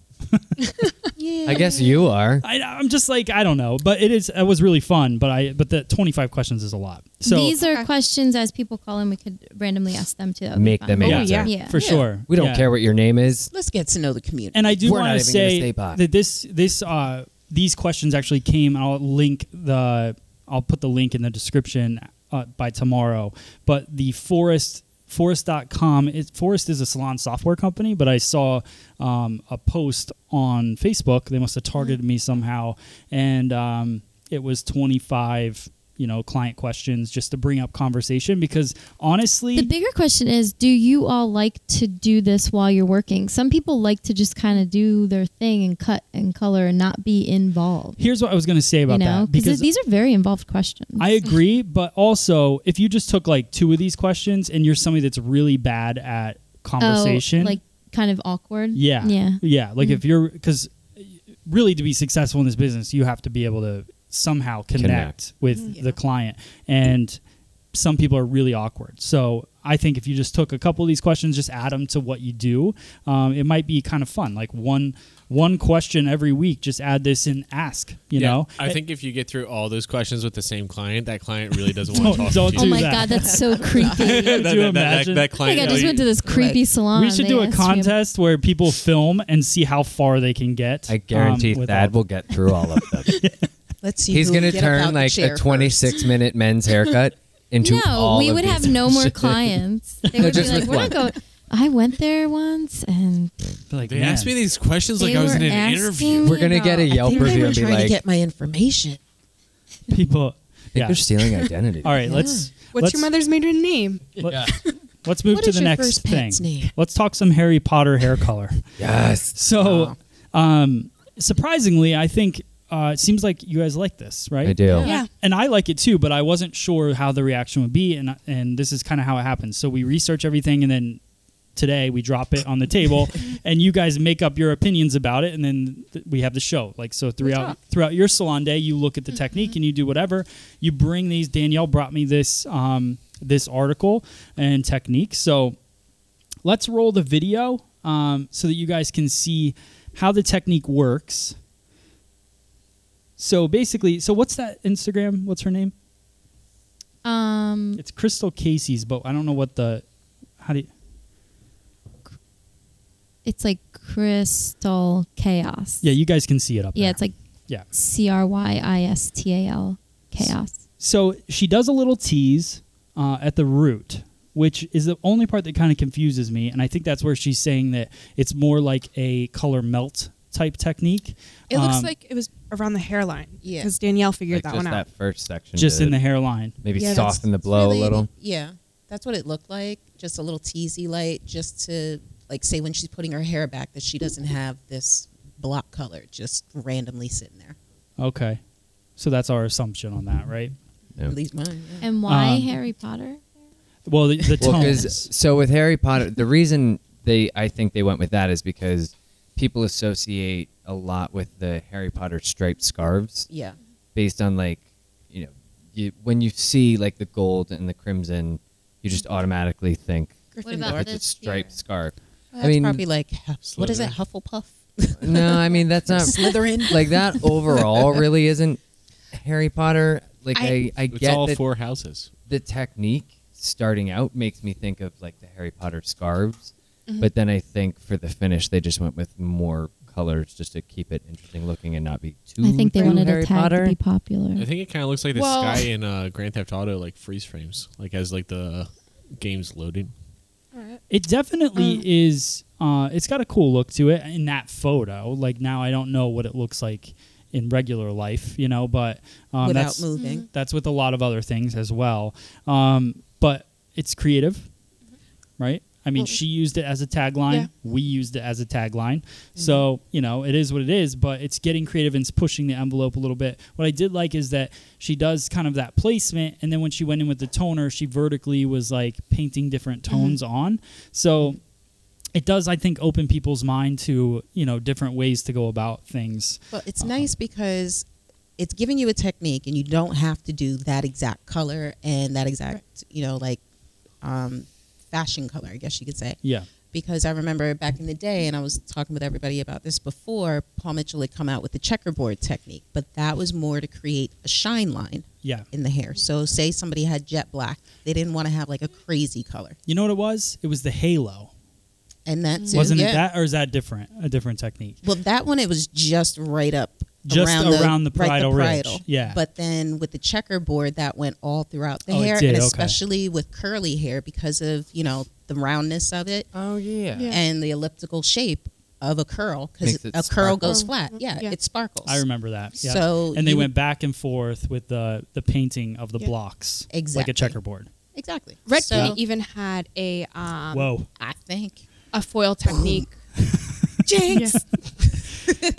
Yeah.
I guess you are.
I, I'm just like I don't know, but it is. It was really fun, but I but the 25 questions is a lot. So
These are questions as people call in. We could randomly ask them too. That would be
Make
fun.
them
Oh,
answer.
yeah.
Yeah.
for
Yeah.
sure,
We don't
Yeah.
care what your name is.
Let's get to know the community.
And I do
We're not
want to
even gonna
say
stay by.
that this this uh, these questions actually came. And I'll link the I'll put the link in the description uh, by tomorrow. But the forest forest.com it, forest is a salon software company but i saw um, a post on facebook they must have targeted me somehow and um, it was 25 you know client questions just to bring up conversation because honestly
The bigger question is do you all like to do this while you're working? Some people like to just kind of do their thing and cut and color and not be involved.
here's what i was going to say about
you know,
that because
these are very involved questions.
I agree, but also if you just took like two of these questions and you're somebody that's really bad at conversation,
Oh, like kind of awkward.
yeah,
Yeah. Mm-hmm.
yeah, like if you're because really to be successful in this business, you have to be able to somehow connect,
Connect.
with
Yeah.
Mm-hmm.
the client, and some people are really awkward. So I think if you just took a couple of these questions, just add them to what you do, um, it might be kind of fun. Like one one question every week, just add this and ask. You
Yeah,
know,
I think if you get through all those questions with the same client, that client really doesn't want to
Don't-
talk
don't
to
Oh
you.
my
that.
god, that's so creepy.
Could you
that, that,
imagine?
that
Like
client.
I just went to this creepy salon.
We should
They
do a
asked me about-
contest where people film and see how far they can get.
I guarantee
um, without-
Thad will get through all of them.
Let's see.
He's
going
gonna
to
turn like a 26 minute men's haircut into
No,
all
we
of
would
these
have no more
options.
clients. They
No,
would be
just
like,
with
"We're not
one."
going." I went there once, and
Be like,
They
"Man."
asked me these questions
they
like I was in
were
an
asking
interview.
me
We're gonna get a
about-
Yelp
They were
review and be
trying to
like,
get my information.
people.
I think
Yeah.
"You're stealing identity."
All right, let's.
What's
let's,
your mother's maiden name?
Let, us move
What
to
is
the
your
next
first
thing.
pet's name?
Let's talk some Harry Potter hair color.
Yes.
So, um, surprisingly, I think uh, it seems like you guys like this, right?
I do.
Yeah.
and I like it too, but I wasn't sure how the reaction would be, and and this is kind of how it happens. So we research everything, and then today we drop it on the table, and you guys make up your opinions about it, and then th- we have the show. Like so, throughout throughout your salon day, you look at the technique and you do whatever. You bring these. Danielle brought me this um, this article and technique. So let's roll the video um, so that you guys can see how the technique works. So basically, so what's that Instagram? What's her name?
um,
It's Crystal Casey's, but I don't know what the how do you
it's like crystal chaos.
Yeah, you guys can see it up
yeah,
there.
it's like
Yeah.
C R Y I S T A L chaos.
so she does a little tease uh, at the root, which is the only part that kind of confuses me, and I think that's where she's saying that it's more like a color melt type technique.
It looks
Um,
like it was around the hairline.
Yeah.
Because Danielle figured
Like
that
just
one out.
that first section.
just
to
in the hairline.
Maybe
Yeah, that's-
soften the
it's
blow
really-
a little.
Yeah, that's what it looked like. Just a little teasy light, just to like say when she's putting her hair back that she doesn't have this block color just randomly sitting there.
Okay, so that's our assumption on that, right?
Yeah.
At least mine. yeah.
And why
Um,
Harry Potter?
Well, the, the
Well,
tones.
because so with Harry Potter, the reason they I think they went with that is because people associate a lot with the Harry Potter striped scarves
Yeah.
based on like you know you, when you see like the gold and the crimson, you just automatically think
What
Gryffindor.
about
it's a
this
striped
here?
scarf.
That's
I mean,
probably like Huff- what is it? Hufflepuff,
no, I mean that's not
Slytherin.
like that overall really isn't Harry Potter. Like I,
I-
I,
It's
get
all
that
four houses.
the technique starting out makes me think of like the Harry Potter scarves,
Mm-hmm.
but then I think for the finish they just went with more colors just to keep it interesting looking and not be too.
I think they
too
wanted
Harry
a tag
Potter.
to be popular.
I think it kind of looks like the
Well-
sky in uh, Grand Theft Auto, like freeze frames, like as like the game's loading.
It definitely is. Uh, it's got a cool look to it in that photo. Like now, I don't know what it looks like in regular life, you know, but um,
without
that's,
moving.
that's with a lot of other things as well. Um, but it's creative, right? I mean,
Mm-hmm. Well-
she used it as a tagline.
Yeah. Mm-hmm.
We used it as a tagline. So, you know, it is what it is, but it's getting creative and it's pushing the envelope a little bit. What I did like is that she does kind of that placement. And then when she went in with the toner, she vertically was like painting different
Mm-hmm.
tones on. So it does, I think, open people's mind to, you know, different ways to go about things.
Well, it's nice because it's giving you a technique, and you don't have to do that exact color and that exact, you know, like um, fashion color. I guess you could say.
Yeah.
Because I remember back in the day, and I was talking with everybody about this before. Paul Mitchell had come out with the checkerboard technique, but that was more to create a shine line
Yeah.
in the hair. So, say somebody had jet black, they didn't want to have like a crazy color,
You know what it was? It was the halo.
and that's
Wasn't
yeah.
it that, or is that different? A different technique?
Well, that one it was just right up
Just
around the,
around the
right,
parietal ridge,
parietal.
yeah.
But then with the checkerboard, that went all throughout the
Oh, it
hair,
did,
and
okay.
especially with curly hair because of you know the roundness of it
Oh yeah.
Yeah.
and the elliptical shape of a curl
Makes
because a
it
curl
sparkle.
goes flat. Yeah,
Mm-hmm. Yeah.
it sparkles.
I remember that. Yeah.
So
and they
you-
went back and forth with the the painting of the
Yeah.
blocks, like
Exactly.
a checkerboard.
exactly.
Red
so,
Bull even had a um,
Whoa!
I think
a foil technique. Jinx.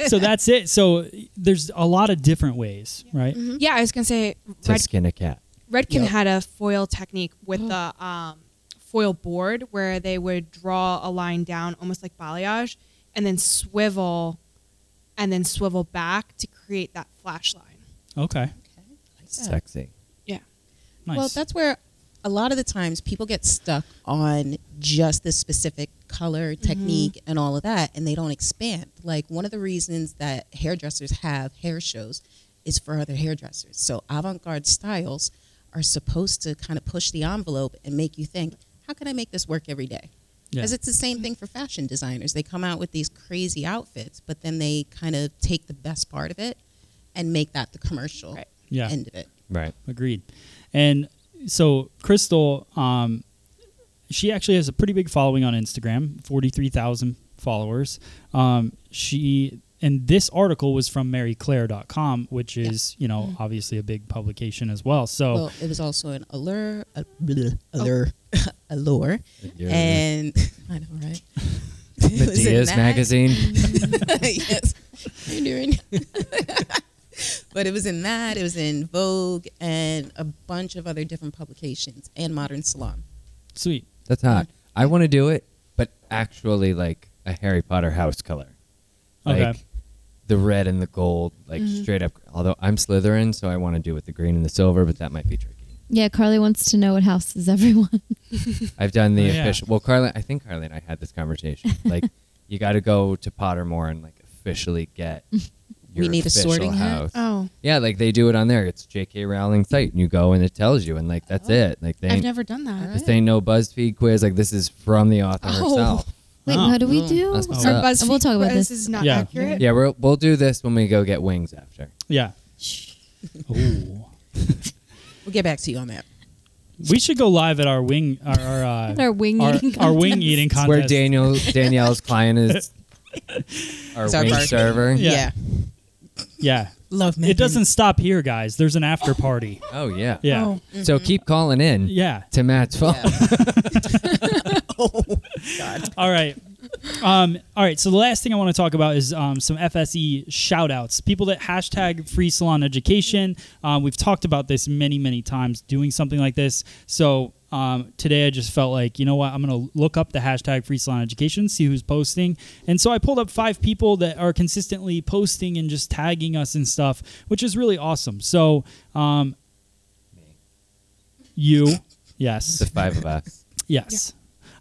so that's it. So there's a lot of different ways, right?
Mm-hmm.
Yeah. I was gonna say
To
Red
skin a cat.
Redken
Yep.
had a foil technique with the um, foil board where they would draw a line down almost like balayage and then swivel and then swivel back to create that flash line.
Okay,
Sexy.
nice.
Well, that's where a lot of the times people get stuck on just this specific color
Mm-hmm.
technique and all of that, and they don't expand. Like one of the reasons that hairdressers have hair shows is for other hairdressers. So avant-garde styles are supposed to kind of push the envelope and make you think, how can I make this work every day?
Yeah.
Because it's the same thing for fashion designers. They come out with these crazy outfits, but then they kind of take the best part of it and make that the commercial
Right.
yeah.
end of it.
Right.
Agreed. And so Crystal, um, she actually has a pretty big following on Instagram, forty three thousand followers. Um, she and this article was from maryclaire.com, which is, you know, obviously a big publication as well. So
Well, it was also an allure, a, bleh, allure, allure,
Yeah.
and I know, right? It was in
Diaz
that.
magazine.
yes, you're doing. but it was in that. It was in Vogue and a bunch of other different publications and Modern Salon.
sweet.
That's hot. I want to do it, but actually like a Harry Potter house color. Like
Okay.
the red and the gold, like straight up. Although I'm Slytherin, so I want to do with the green and the silver, but that might be tricky.
Yeah, Carly wants to know what house is everyone.
I've done the
Oh, yeah.
official. Well, Carly, I think Carly and I had this conversation. like, you got to go to Pottermore and like officially get. Your
need a
official
sorting hat?
house.
Oh,
Yeah, like they do it on there. It's J.K. Rowling's site, and you go and it tells you, and like that's it. Like they
I've
ain't,
never done that.
this ain't no BuzzFeed quiz. Like this is from the author
Oh.
herself.
Wait,
Oh.
what do we do?
That's what's
Our
up.
BuzzFeed
We'll talk about
quiz
this.
is not
Yeah.
accurate.
Yeah, we'll we'll do this when we go get wings after.
Yeah. Ooh.
We'll get back to you on that.
We should go live at our wing, our our, uh,
Our wing
our,
eating
our wing eating
It's
contest.
where Daniel Danielle's client is our
It's our
wing
bar-
server.
Yeah.
Yeah,
Yeah,
love me.
it doesn't stop here, guys. There's an after party.
Oh yeah.
Yeah,
So keep calling in
yeah.
to Matt's phone.
All right. Um, all right. So the last thing I want to talk about is um, some FSE shout outs. People that hashtag free salon education. Um, we've talked about this many, many times doing something like this. So um, today I just felt like, you know what? I'm going to look up the hashtag free salon education, see who's posting. And so I pulled up five people that are consistently posting and just tagging us and stuff, which is really awesome. So um, you, yes.
the five of us.
Yes.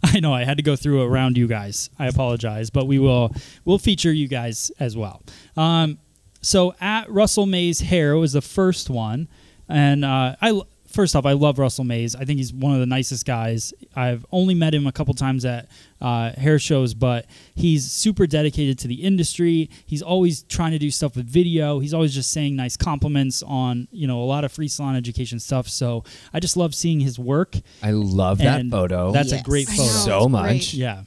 I know I had to go through around you guys. I apologize, but we will we'll feature you guys as well. Um, so at Russell Mays Hair was the first one, and uh, I l- first off I love Russell Mays. I think he's one of the nicest guys. I've only met him a couple times at uh, hair shows, but he's super dedicated to the industry. He's always trying to do stuff with video. He's always just saying nice compliments on you know a lot of free salon education stuff. So I just love seeing his work.
I love that
And
photo.
That's a
Yes.
great
I
photo.
know.
so
it's
much.
great.
Yeah.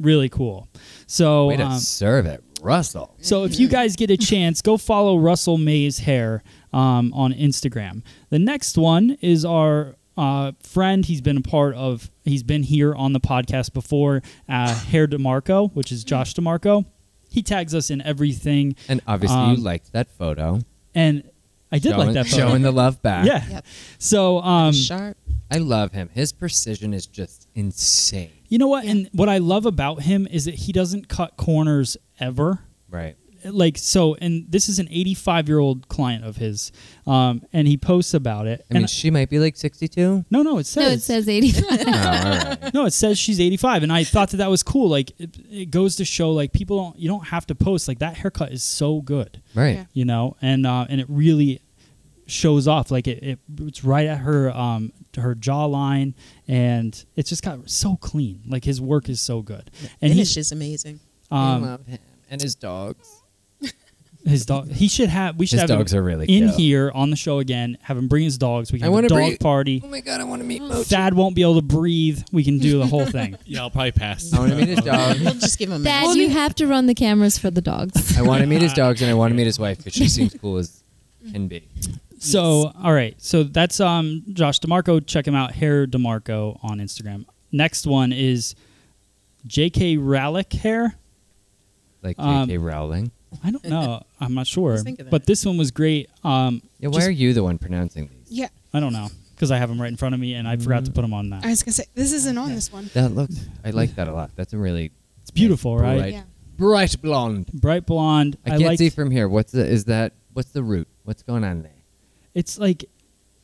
really cool. So
Way to
um,
serve it, Russell.
So if you guys get a chance, go follow Russell May's hair um, on Instagram. The next one is our uh, friend. He's been a part of. He's been here on the podcast before. Uh, hair Demarco, which is Josh Demarco. He tags us in everything,
And obviously, you
Um,
liked that photo.
and I did
showing,
like that photo.
Showing the love back.
yeah.
Yep.
So um,
sharp.
I love him. His precision is just insane.
you know what? And what I love about him is that he doesn't cut corners ever.
Right.
Like so, and this is an 85 year old client of his, um, and he posts about it.
I mean,
and
she might be like 62.
No, no, it says.
No, it says 85.
Oh, all right.
No, it says she's 85, and I thought that that was cool. Like it, it goes to show, like people don't you don't have to post. Like that haircut is so good,
Right.
Yeah.
you know, and uh, and it really shows off. Like it, it it's right at her um her jawline, and it's just got so clean. Like his work is so good, and
Finish
he's
is amazing.
I
um
love him and his dogs.
his dog. He should have we should
His
have
dogs
him
are really
in
cute.
here on the show again. Have him bring his dogs. We
I
can have a
wanna
dog
bring-
party.
Oh my god, I want to meet Mochi.
Thad won't be able to breathe. We can do the whole thing.
Yeah, I'll probably pass.
I want to meet his dog.
We'll just give him a
Dad, you have to run the cameras for the dogs.
I want to meet his dogs, and I want to meet his wife because she seems cool as can be.
So all right, so that's um Josh Demarco. Check him out, Hair Demarco on Instagram. Next one is J.K. Rowlick hair.
Like
Um,
J.K. Rowling.
I don't know. I'm not sure.
think of that.
But this one was great. Um,
Yeah, why
just-
are you the one pronouncing these?
Yeah,
I don't know because I have them right in front of me and I forgot to
Mm-hmm.
put them on that.
I was gonna say this isn't on this one.
That looks. I like that a lot. That's a really
It's beautiful, right?
Bright.
Yeah.
bright blonde.
Bright blonde.
I
I,
can't
like.
see from here. What's the? Is that? What's the root? What's going on there?
it's like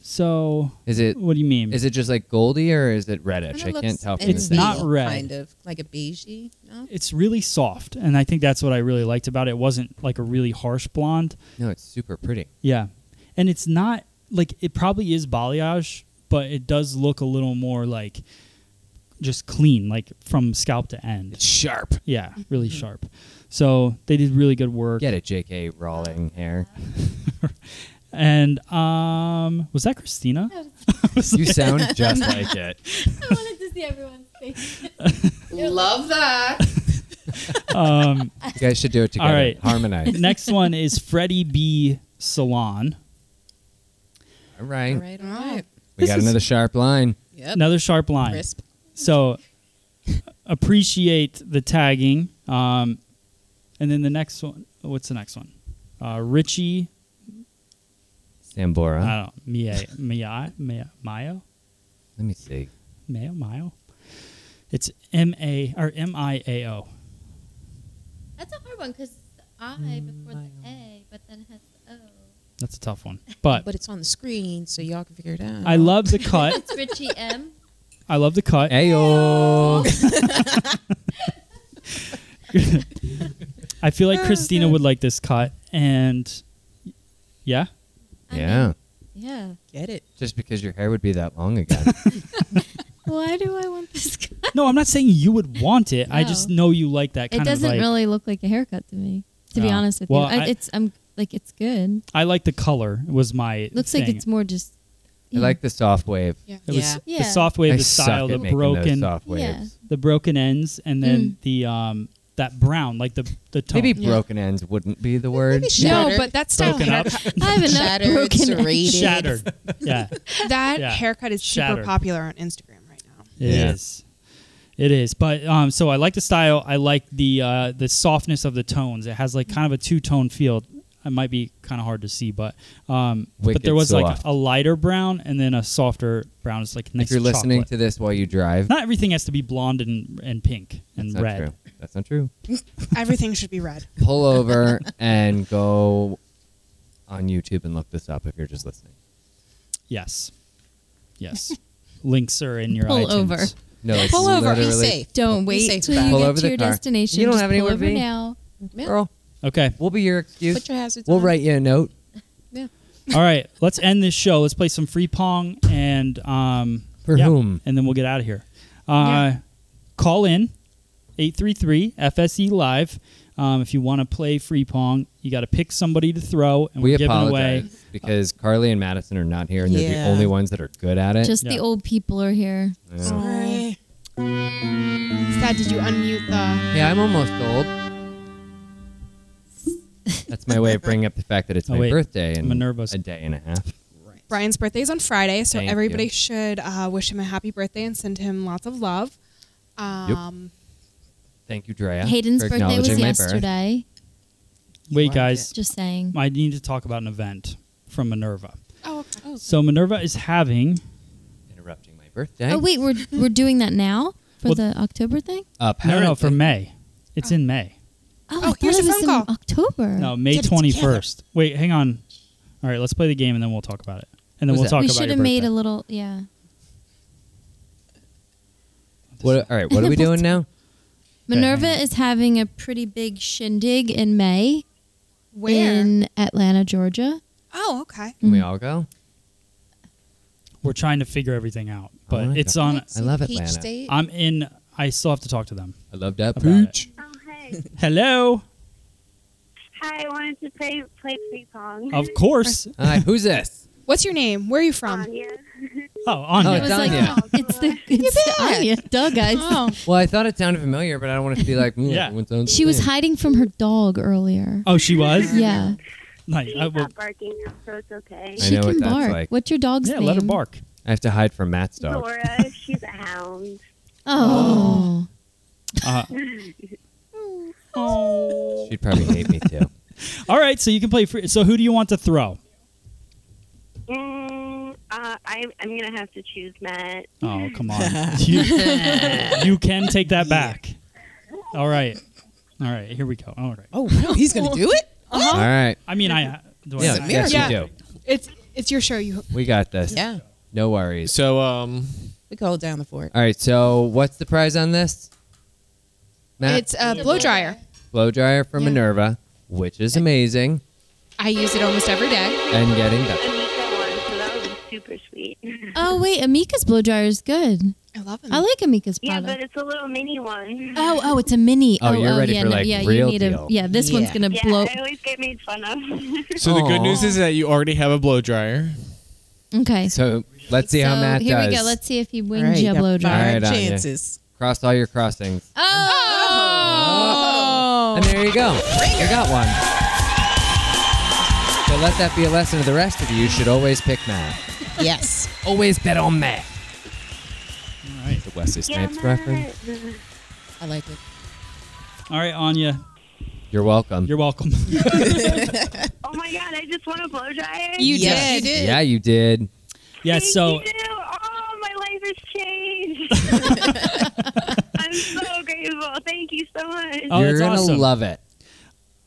so.
Is it?
What do you mean?
Is it just like goldy or is it reddish? I
Kinda
can't
looks-
tell from
it's
the
not
thing.
red.
Kind of like a beigey. No,
It's really soft, and I think that's what I really liked about it. It wasn't like a really harsh blonde.
No, it's super pretty.
Yeah. And it's not like it probably is balayage, but it does look a little more like just clean, like from scalp to end.
It's sharp.
Yeah, really sharp. So they did really good work.
Get it, J.K. Rowling hair.
And um was that Christina?
You sound just like it.
I wanted to see everyone's face.
love that.
Um
You guys should do it together.
All right.
Harmonize.
next one is Freddie B Salon.
All right.
All right, all right.
We
This
got
is-
another sharp line.
Yep.
Another sharp line.
Crisp.
So appreciate the tagging. Um, and then the next one what's the next one? Uh, Richie
Sambora.
I don't Mia Mia Mia Mayo
Let me see.
Mayo Mayo. It's M A or M I A O.
That's a hard one because I before the A, but then it has the O.
That's a tough one, but,
But it's on the screen, so y'all can figure it out.
I love the cut.
It's Richie M.
I love the cut.
Ayo.
I feel
Oh,
like Christina would like this cut, and yeah,
I mean,
yeah.
yeah.
Get it.
Just because your hair would be that long again.
Why do I want this cut?
no, I'm not saying you would want it. I just
No.
know you like that kind
It doesn't
of like.
really look like a haircut to me, to be
No.
honest with
Well,
you. I,
I-
it's I'm like it's good.
I like the color. Was my
Looks like
thing.
it's more just.
I like the soft wave.
It
Yeah.
was
Yeah.
the soft wave,
I
the
suck
style,
at
the
making
broken,
those soft waves.
Yeah.
the broken ends, and then
Mm.
the um that brown, like the the tone.
Maybe
Yeah.
broken ends wouldn't be the word.
Maybe
No,
shattered.
but that style
Broken up.
haircut,
I have enough
shattered,
broken
serrated.
shattered. Yeah.
that
Yeah.
haircut is
Shattered.
super popular on Instagram right now.
It is,
Yeah.
It is. But um, so I like the style. I like the uh, the softness of the tones. It has like kind of a two tone feel. It might be kind of hard to see, but um, but
Wicked
there was like
soft.
a lighter brown and then a softer brown. It's like nice.
if you're listening
chocolate.
to this while you drive,
not everything has to be blonde and and pink and
that's not
red.
true. That's not true.
Everything should be red.
Pull over and go on YouTube and look this up if you're just listening.
Yes, yes. Links are in your
Pull
iTunes.
over.
No, it's
Pull over. Be
literally-
safe.
Don't
Be
wait
safe
till
about
you
it.
Pull
get
over
to
the
your
car.
destination.
You don't
Just
have anywhere
pull
to
over
be.
now.
Girl,
Okay.
we'll be your excuse.
Put your hazards
we'll
on.
write you a note.
All right. Let's end this show. Let's play some free pong and um
For whom?
and then we'll get out of here. Uh, Call in 833 FSE E Live. Um, if you want to play free pong, you got to pick somebody to throw, and
we
are giving
apologize
away.
because Carly and Madison are not here, and they're
Yeah.
the only ones that are good at it.
Just
Yeah.
the old people are here.
Yeah.
It's that Chad, did you unmute the?
Hey, I'm almost old. That's my way of bringing up the fact that it's
Oh,
my
wait.
birthday in
Minerva's-
a day and a half.
Brian's birthday is on Friday, so
Thank
everybody
you.
should uh, wish him a happy birthday and send him lots of love. Um,
Thank you, Drea.
Hayden's
for
birthday was
acknowledging my birth.
yesterday.
Wait, guys,
Just saying.
I need to talk about an event from Minerva.
Oh, okay.
So Minerva is having
Interrupting my birthday.
Oh wait, we're we're doing that now for
Well-
the October thing.
no, no, for
Uh, Apparently-
May. It's in May.
Oh, I
Oh,
thought
here's
it
your
was
phone
in
call.
October.
No, May
Get it
twenty
together.
first. Wait, hang on. All right, let's play the game and then we'll talk about it. And then
Who's
we'll
that?
talk
we
about
should
your
have made
birthday.
a little. Yeah.
What, all right, what are we doing now?
Minerva
hang on.
is having a pretty big shindig in May
where?
in Atlanta, Georgia. Mm.
oh, okay.
Can
mm-hmm.
we all go?
We're trying to figure everything out, but
like
it's
that.
on.
I love
Peach
Atlanta.
State.
I'm in. I still have to talk to them.
I love that
About it.
pooch.
Oh, hey.
Hello.
Hi, I wanted to play play three songs.
Of course.
Hi, who's this?
What's your name? Where are you from?
Anya.
Oh, on
Oh,
It was like
Anya.
it's the it's the
bet.
Anya. Duh, guys.
Oh,
Well, I thought it sounded familiar, but I don't want it to be like, mm,
Yeah.
everyone sounds
She
the
was
same.
hiding from her dog earlier.
Oh, she was.
Yeah,
Nice.
She's
I, well,
not barking now, so it's okay.
I
she
know what
can
that's
bark.
like.
What's your dog's
yeah.
name?
Let her bark.
I have to hide from Matt's dog.
Laura, she's a hound.
Oh,
Uh,
She'd probably hate me too.
all right. So you can play. Free. So who do you want to throw?
Mm, uh, I, I'm gonna have to choose Matt.
Oh, come on. you, you can take that back. All right. All right. Here we go. All right.
Oh, wow, he's going to do it?
Uh-huh.
All right.
I mean, I. Do I
Yeah,
I-
yes, you
Yeah.
do.
it's it's your show. You
We got this.
Yeah.
No worries.
So, um,
We can hold down the fort.
All right, so what's the prize on this? Matt,
it's a blow dryer.
blow dryer from
Yeah.
Minerva, which is amazing
I use it almost every day.
and getting better.
Anika won, so that was super sweet.
oh wait, Amika's blow dryer is good.
I love it.
I like Amika's
yeah,
product.
but it's a little mini one.
Oh, oh, it's a mini.
Oh, you're ready
yeah,
for,
no,
like,
yeah,
real
you need a-
deal.
yeah, this one's
Yeah.
gonna
yeah,
blow.
I always get made fun of.
so the good
Aw.
news is that you already have a blow dryer.
Okay.
So let's see how
So,
Matt
here
does.
we go. Let's see if he
All
wins
right,
your
got
blow
five
dryer.
Alright, Anya.
chances.
Cross all your crossings.
Oh.
And there you go. You got one. So let that be a lesson to the rest of you. You should always pick Matt.
Oh. yes.
Always bet on Matt.
All right.
The Wesley
yeah,
Snipes
Matt.
reference.
I like it.
All right, Anya.
You're welcome.
You're welcome.
Oh my god, I just won a blow dryer.
You
Yes,
did.
you did.
yeah, you did.
yeah.
Thank
So
you. Oh, my life has changed. I'm so grateful. Thank you so much.
Oh,
You're
that's
gonna
awesome.
love it.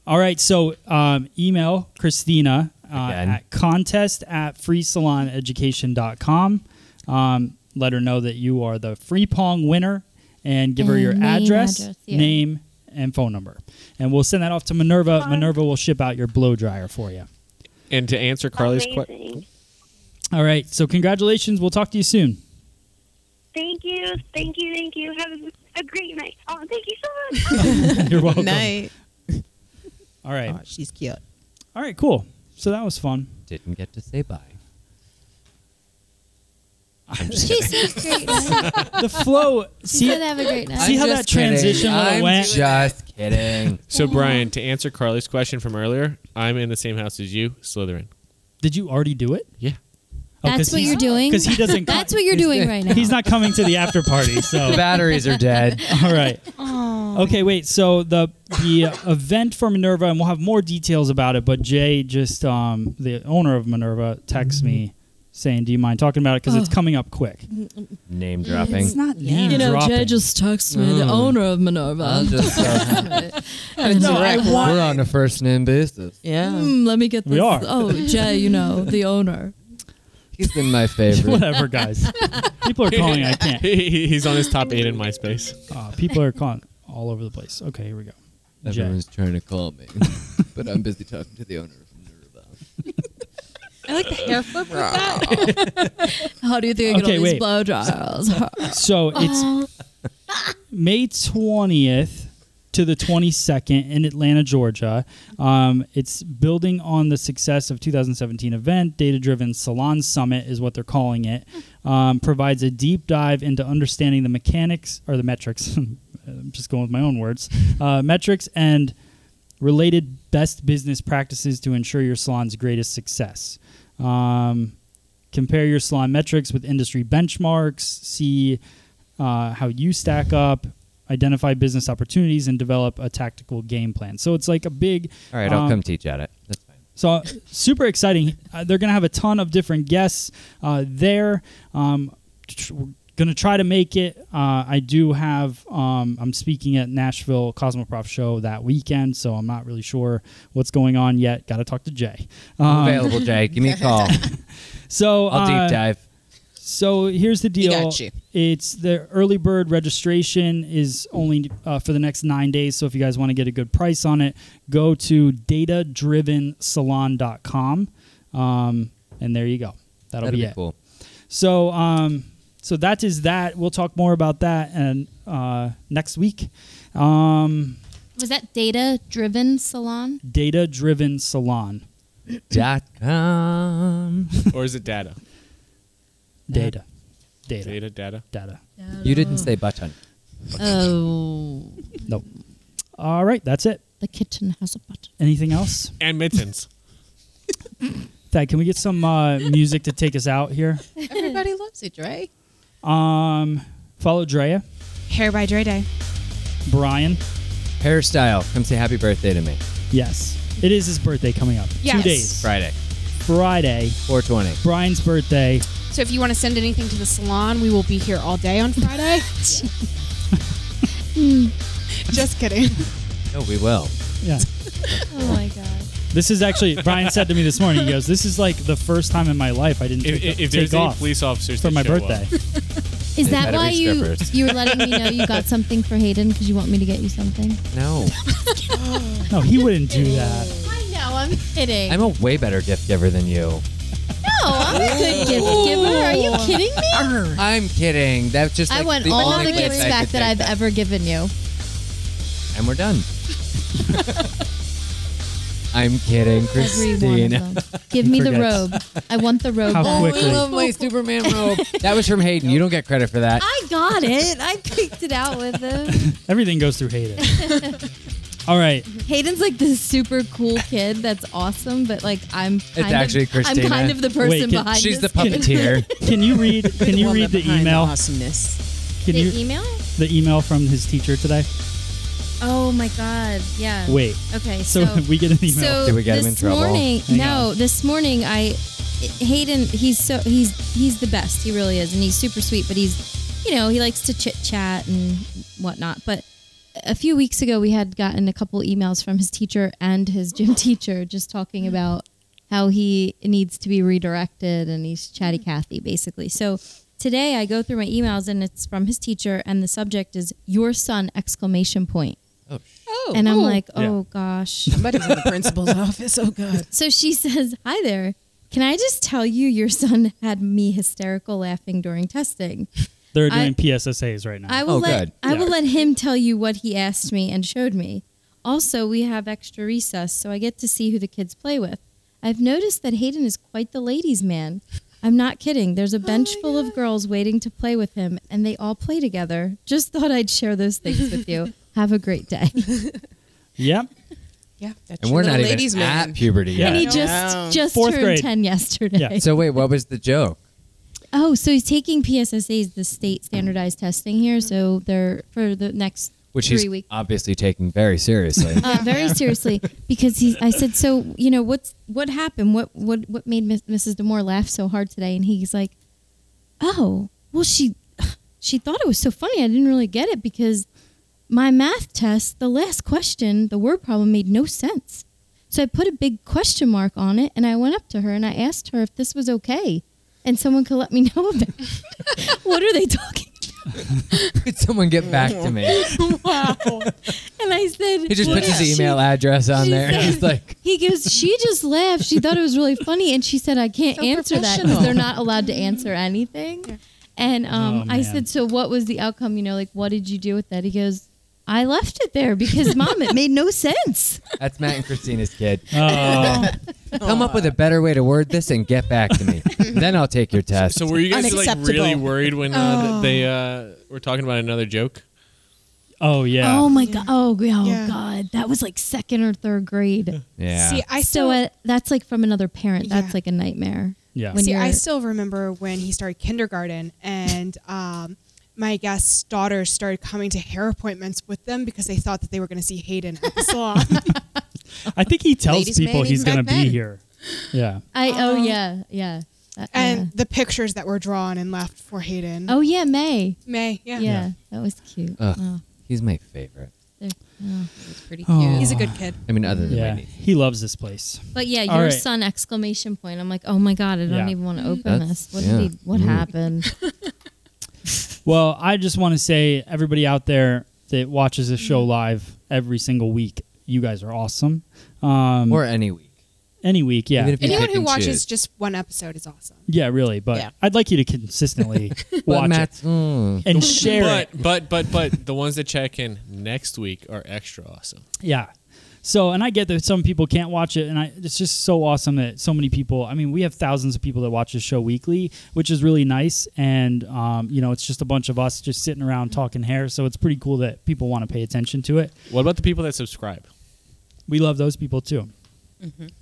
All right. So um, email Christina uh,
Again.
at contest at freesaloneducation.com. Um, let her know that you are the free pong winner and give her
And
your
name,
address,
address, yeah.
name, and phone number. And we'll send that off to Minerva. Minerva will ship out your blow dryer for you.
And to answer Carly's question,
Amazing.
All right. So congratulations. We'll talk to you soon.
Thank you, thank you, thank you. Have a, a great night. Oh, thank you so much.
You're welcome.
Night.
All right.
Aw, she's cute.
All right. Cool. So that was fun.
Didn't get to say bye.
She seems great. Right?
The flow.
She said,
see,
"Have a great night."
See how that transition
kidding.
little
I'm
went?
Just kidding.
so Brian, to answer Carly's question from earlier, I'm in the same house as you, Slytherin.
did you already do it?
Yeah.
Oh,
That's what you're doing.
Because he doesn't. co-
That's what you're doing right now.
He's not coming to the after party.
The
So
batteries are dead.
All right. Okay, wait. So the the event for Minerva, and we'll have more details about it. But Jay, just um, the owner of Minerva, texts me saying, "Do you mind talking about it? Because it's coming up quick."
Name dropping.
not
Name dropping.
texted me, the owner of Minerva.
I'll just, Mm. uh,
No, I
we're on a first name basis.
Yeah.
Hmm, let me get
We this- are.
Oh, Jay, you know the owner.
He's been my favorite.
Whatever, guys. people are calling. I can't.
He's on his top eight in MySpace.
Uh, people are calling all over the place. Okay, here we go. Jay.
Everyone's trying to call me, but I'm busy talking to the owner of Minerva.
I like the hair flip with that.
How do you think I get
Okay,
all
wait.
these blow dryers?
So it's May 20th to the 22nd in Atlanta, Georgia. Um, it's building on the success of 2017 event, Data Driven Salon Summit is what they're calling it. Um, provides a deep dive into understanding the mechanics or the metrics. I'm just going with my own words, uh, metrics and related best business practices to ensure your salon's greatest success. Um, compare your salon metrics with industry benchmarks, see uh, how you stack up, identify business opportunities, and develop a tactical game plan. So it's like a big
All right, I'll
um,
come teach at it. That's fine.
so uh, super exciting. Uh, they're going to have a ton of different guests uh, there. Um, tr- we're going to try to make it. Uh, I do have, um, I'm speaking at Nashville Cosmoprof show that weekend, so I'm not really sure what's going on yet. Got to talk to Jay.
I'm
Um,
available, Jay. Give me a call.
so
I'll
uh,
deep dive.
so here's the
He
deal.
got you.
It's the early bird registration is only uh, for the next nine days. So if you guys want to get a good price on it, go to datadrivensalon.com. Um, and there you go. That'll,
That'll
be,
be,
it.
cool.
So, um, so that is that. We'll talk more about that and uh, next week. Um,
Was that data driven salon?
Data driven salon.
Dot com.
or is it data?
Data. Data. Data.
Data, data.
You didn't say button.
Oh,
Nope. All right. That's it.
the kitchen has a button.
Anything else?
And mittens.
Thad, can we get some uh, music to take us out here?
Everybody loves it, right?
Um, follow Drea,
Hair by Dre Day.
Brian.
Hairstyle. Come say happy birthday to me.
Yes, it is his birthday coming up.
Yes.
Two days.
Friday,
Friday,
420.
Brian's birthday.
So if you want to send anything to the salon, we will be here all day on Friday. Hmm. Just kidding.
No, we will.
Yeah.
Oh my god.
This is actually Brian said to me this morning. He goes, "This is like the first time in my life I didn't take,
If, if,
take
if there's any
off
police officers
for
that
my
show
birthday."
up,
Is that
better
why
be
you
strippers.
you were letting me know you got something for Hayden because you want me to get you something?
No.
No, he wouldn't do that.
I know, I'm kidding.
I'm a way better gift giver than you.
no, I'm a good gift giver. Are you kidding me?
I'm kidding. That's just
I
like,
want
the
all
only
the
place
gifts
I could
back that
take
I've ever given you.
And we're done. I'm kidding,
Every one
Christina.
of them. Give me the
forgets.
robe. I want the robe.
How
back.
quickly.
I love Oh,
Oh.
my Superman robe. That was from Hayden. You don't get credit for that.
I got it. I picked it out with him.
Everything goes through Hayden. All right,
Hayden's like this super cool kid that's awesome, but like I'm kind of,
actually Christina.
I'm kind of the person
Wait, can-
behind
She's the
this
puppeteer.
can you read? Can you read the email?
Awesomeness.
Can
The e-
you
email?
the email from his teacher today?
Oh my god. Yeah.
Wait,
Okay.
so
So,
we get an email.
so
Did we get him
this
in trouble?
morning,
Hang
no,
on.
this morning I Hayden, he's so he's he's the best. He really is, and he's super sweet. But he's, you know, he likes to chit chat and whatnot. But a few weeks ago, we had gotten a couple emails from his teacher and his gym teacher, just talking about how he needs to be redirected, and he's chatty Cathy basically. So today, I go through my emails, and it's from his teacher, and the subject is "Your son!" exclamation point.
Oh,
And I'm like,
Yeah.
oh gosh.
somebody's in the principal's office. Oh God.
So she says, Hi there. Can I just tell you, your son had me hysterical laughing during testing.
They're
I-
doing PSSAs right now.
I will
Oh,
let
good.
I
Yeah.
will let him tell you what he asked me and showed me. Also, we have extra recess, so I get to see who the kids play with. I've noticed that Hayden is quite the ladies' man. I'm not kidding.
Oh,
There's a bench full of girls waiting to play with him, and they all play together. Just thought I'd share those things with you. Have a great day.
yep.
Yeah, that's
and we're not even
ladies
at puberty yet.
And he
Yeah.
just just
Fourth
turned
grade.
ten yesterday.
Yeah.
So wait, what was the joke?
Oh, so he's taking PSSAs, the state standardized testing here. So they're for the next
Which
three
he's
weeks.
obviously taking very seriously.
Uh, very seriously, because he, I said, so you know, what's what happened? What what what made Miss, Mrs. Demore laugh so hard today? And he's like, oh, well, she she thought it was so funny. I didn't really get it because my math test, the last question, the word problem made no sense. So I put a big question mark on it, and I went up to her and I asked her if this was okay, and someone could let me know about. it. what are they talking?
Could someone get back to me?
And I said,
He just puts
"Well,
his
she-
email address on
she
there. and
said-
He's like,
He goes, she just laughed. She thought it was really funny. And she said, I can't
So
answer that because
professional.
they're not allowed to answer anything. And um,
Oh,
I
man.
said, so what was the outcome? You know, like, what did you do with that? He goes, I left it there because, mom, it made no sense.
that's Matt and Christina's kid.
Oh,
Come up with a better way to word this and get back to me. then I'll take your test.
So were you guys like
Unacceptable.
really worried when uh, they uh, were talking about another joke?
Oh yeah.
Oh my god. Oh, oh
Yeah.
god. That was like second or third grade.
Yeah.
See, I still.
so uh, that's like from another parent.
Yeah.
That's like a nightmare.
yeah.
when
See, I
you're-
still remember when he started kindergarten and um, my guest's daughters started coming to hair appointments with them because they thought that they were going to see Hayden at the salon.
I think he tells
Ladies'
people
man
he's
in
gonna
Mad Men.
be here. Yeah.
I oh yeah yeah. Uh,
and
yeah.
the pictures that were drawn and left for Hayden.
oh yeah May.
May, yeah.
Yeah, that was cute.
Ugh.
Oh,
He's my favorite.
there- oh.
It's pretty
Oh.
cute.
He's a good kid.
I mean, other than my
Yeah.
niece.
He loves this place.
But yeah,
All
your
right.
son exclamation point. I'm like, oh my god, I don't
Yeah.
even want to open
That's-
this. What
yeah.
did he, what
Mm.
happened?
Well, I just want to say everybody out there that watches this show live every single week, you guys are awesome. Um,
Or any week.
any week, yeah,
Even if you
Anyone
pick
who
and
watches
choose.
just one episode is awesome.
yeah, really. But
Yeah.
I'd like you to consistently
But
watch
Matt,
it
mm,
and share it.
But but but but the ones that check in next week are extra awesome.
Yeah. So, and I get that some people can't watch it, and I, it's just so awesome that so many people. I mean, we have thousands of people that watch this show weekly, which is really nice. And um, you know, it's just a bunch of us just sitting around talking hair, so it's pretty cool that people want to pay attention to it.
What about the people that subscribe
We love those people too,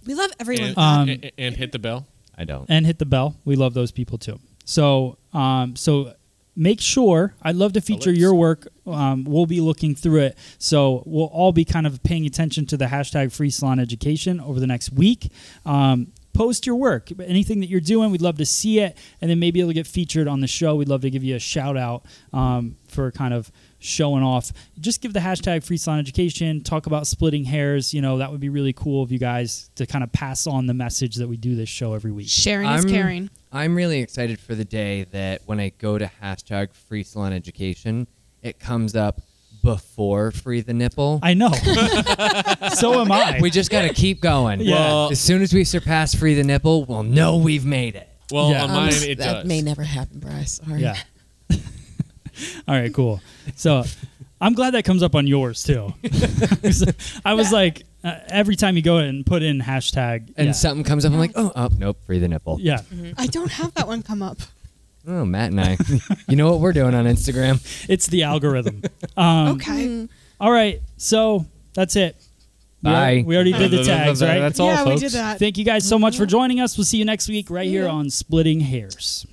We love everyone.
and, uh,
Um,
and, and hit the bell?
I don't.
and hit the bell. We love those people too. So, um, so make sure I'd love to feature
Alerts.
your work. Um, we'll be looking through it, so we'll all be kind of paying attention to the hashtag Free Salon Education over the next week. Um, post your work, anything that you're doing. We'd love to see it, and then maybe it'll get featured on the show. We'd love to give you a shout out um, for kind of showing off. Just give the hashtag Free Salon Education. Talk about splitting hairs. You know that would be really cool of you guys to kind of pass on the message that we do this show every week.
Sharing is
I'm-
caring.
I'm really excited for the day that when I go to hashtag free salon education, it comes up before free the nipple.
I know. so am I.
we just got to keep going.
Yeah. Well-
as soon as we surpass free the nipple, we'll know we've made it.
Well,
Yeah.
on
Um,
mine
Um,
it
that
does.
may never happen, Bryce. Sorry.
yeah. All right, cool. So I'm glad that comes up on yours too. I was like, uh, every time you go and put in hashtag
And Mm-hmm.
yeah.
something comes up, I'm like, oh, oh, nope, free the nipple.
yeah.
I don't have that one come up.
Oh, Matt and I. you know what we're doing on Instagram?
It's the algorithm. Um,
Okay.
All right, so that's it. We
Bye.
al- We already did the tags, right?
That's all,
yeah,
folks.
we did that.
Mm-hmm.
Thank you guys so much for joining us. We'll see you next week right here on Splitting Hairs.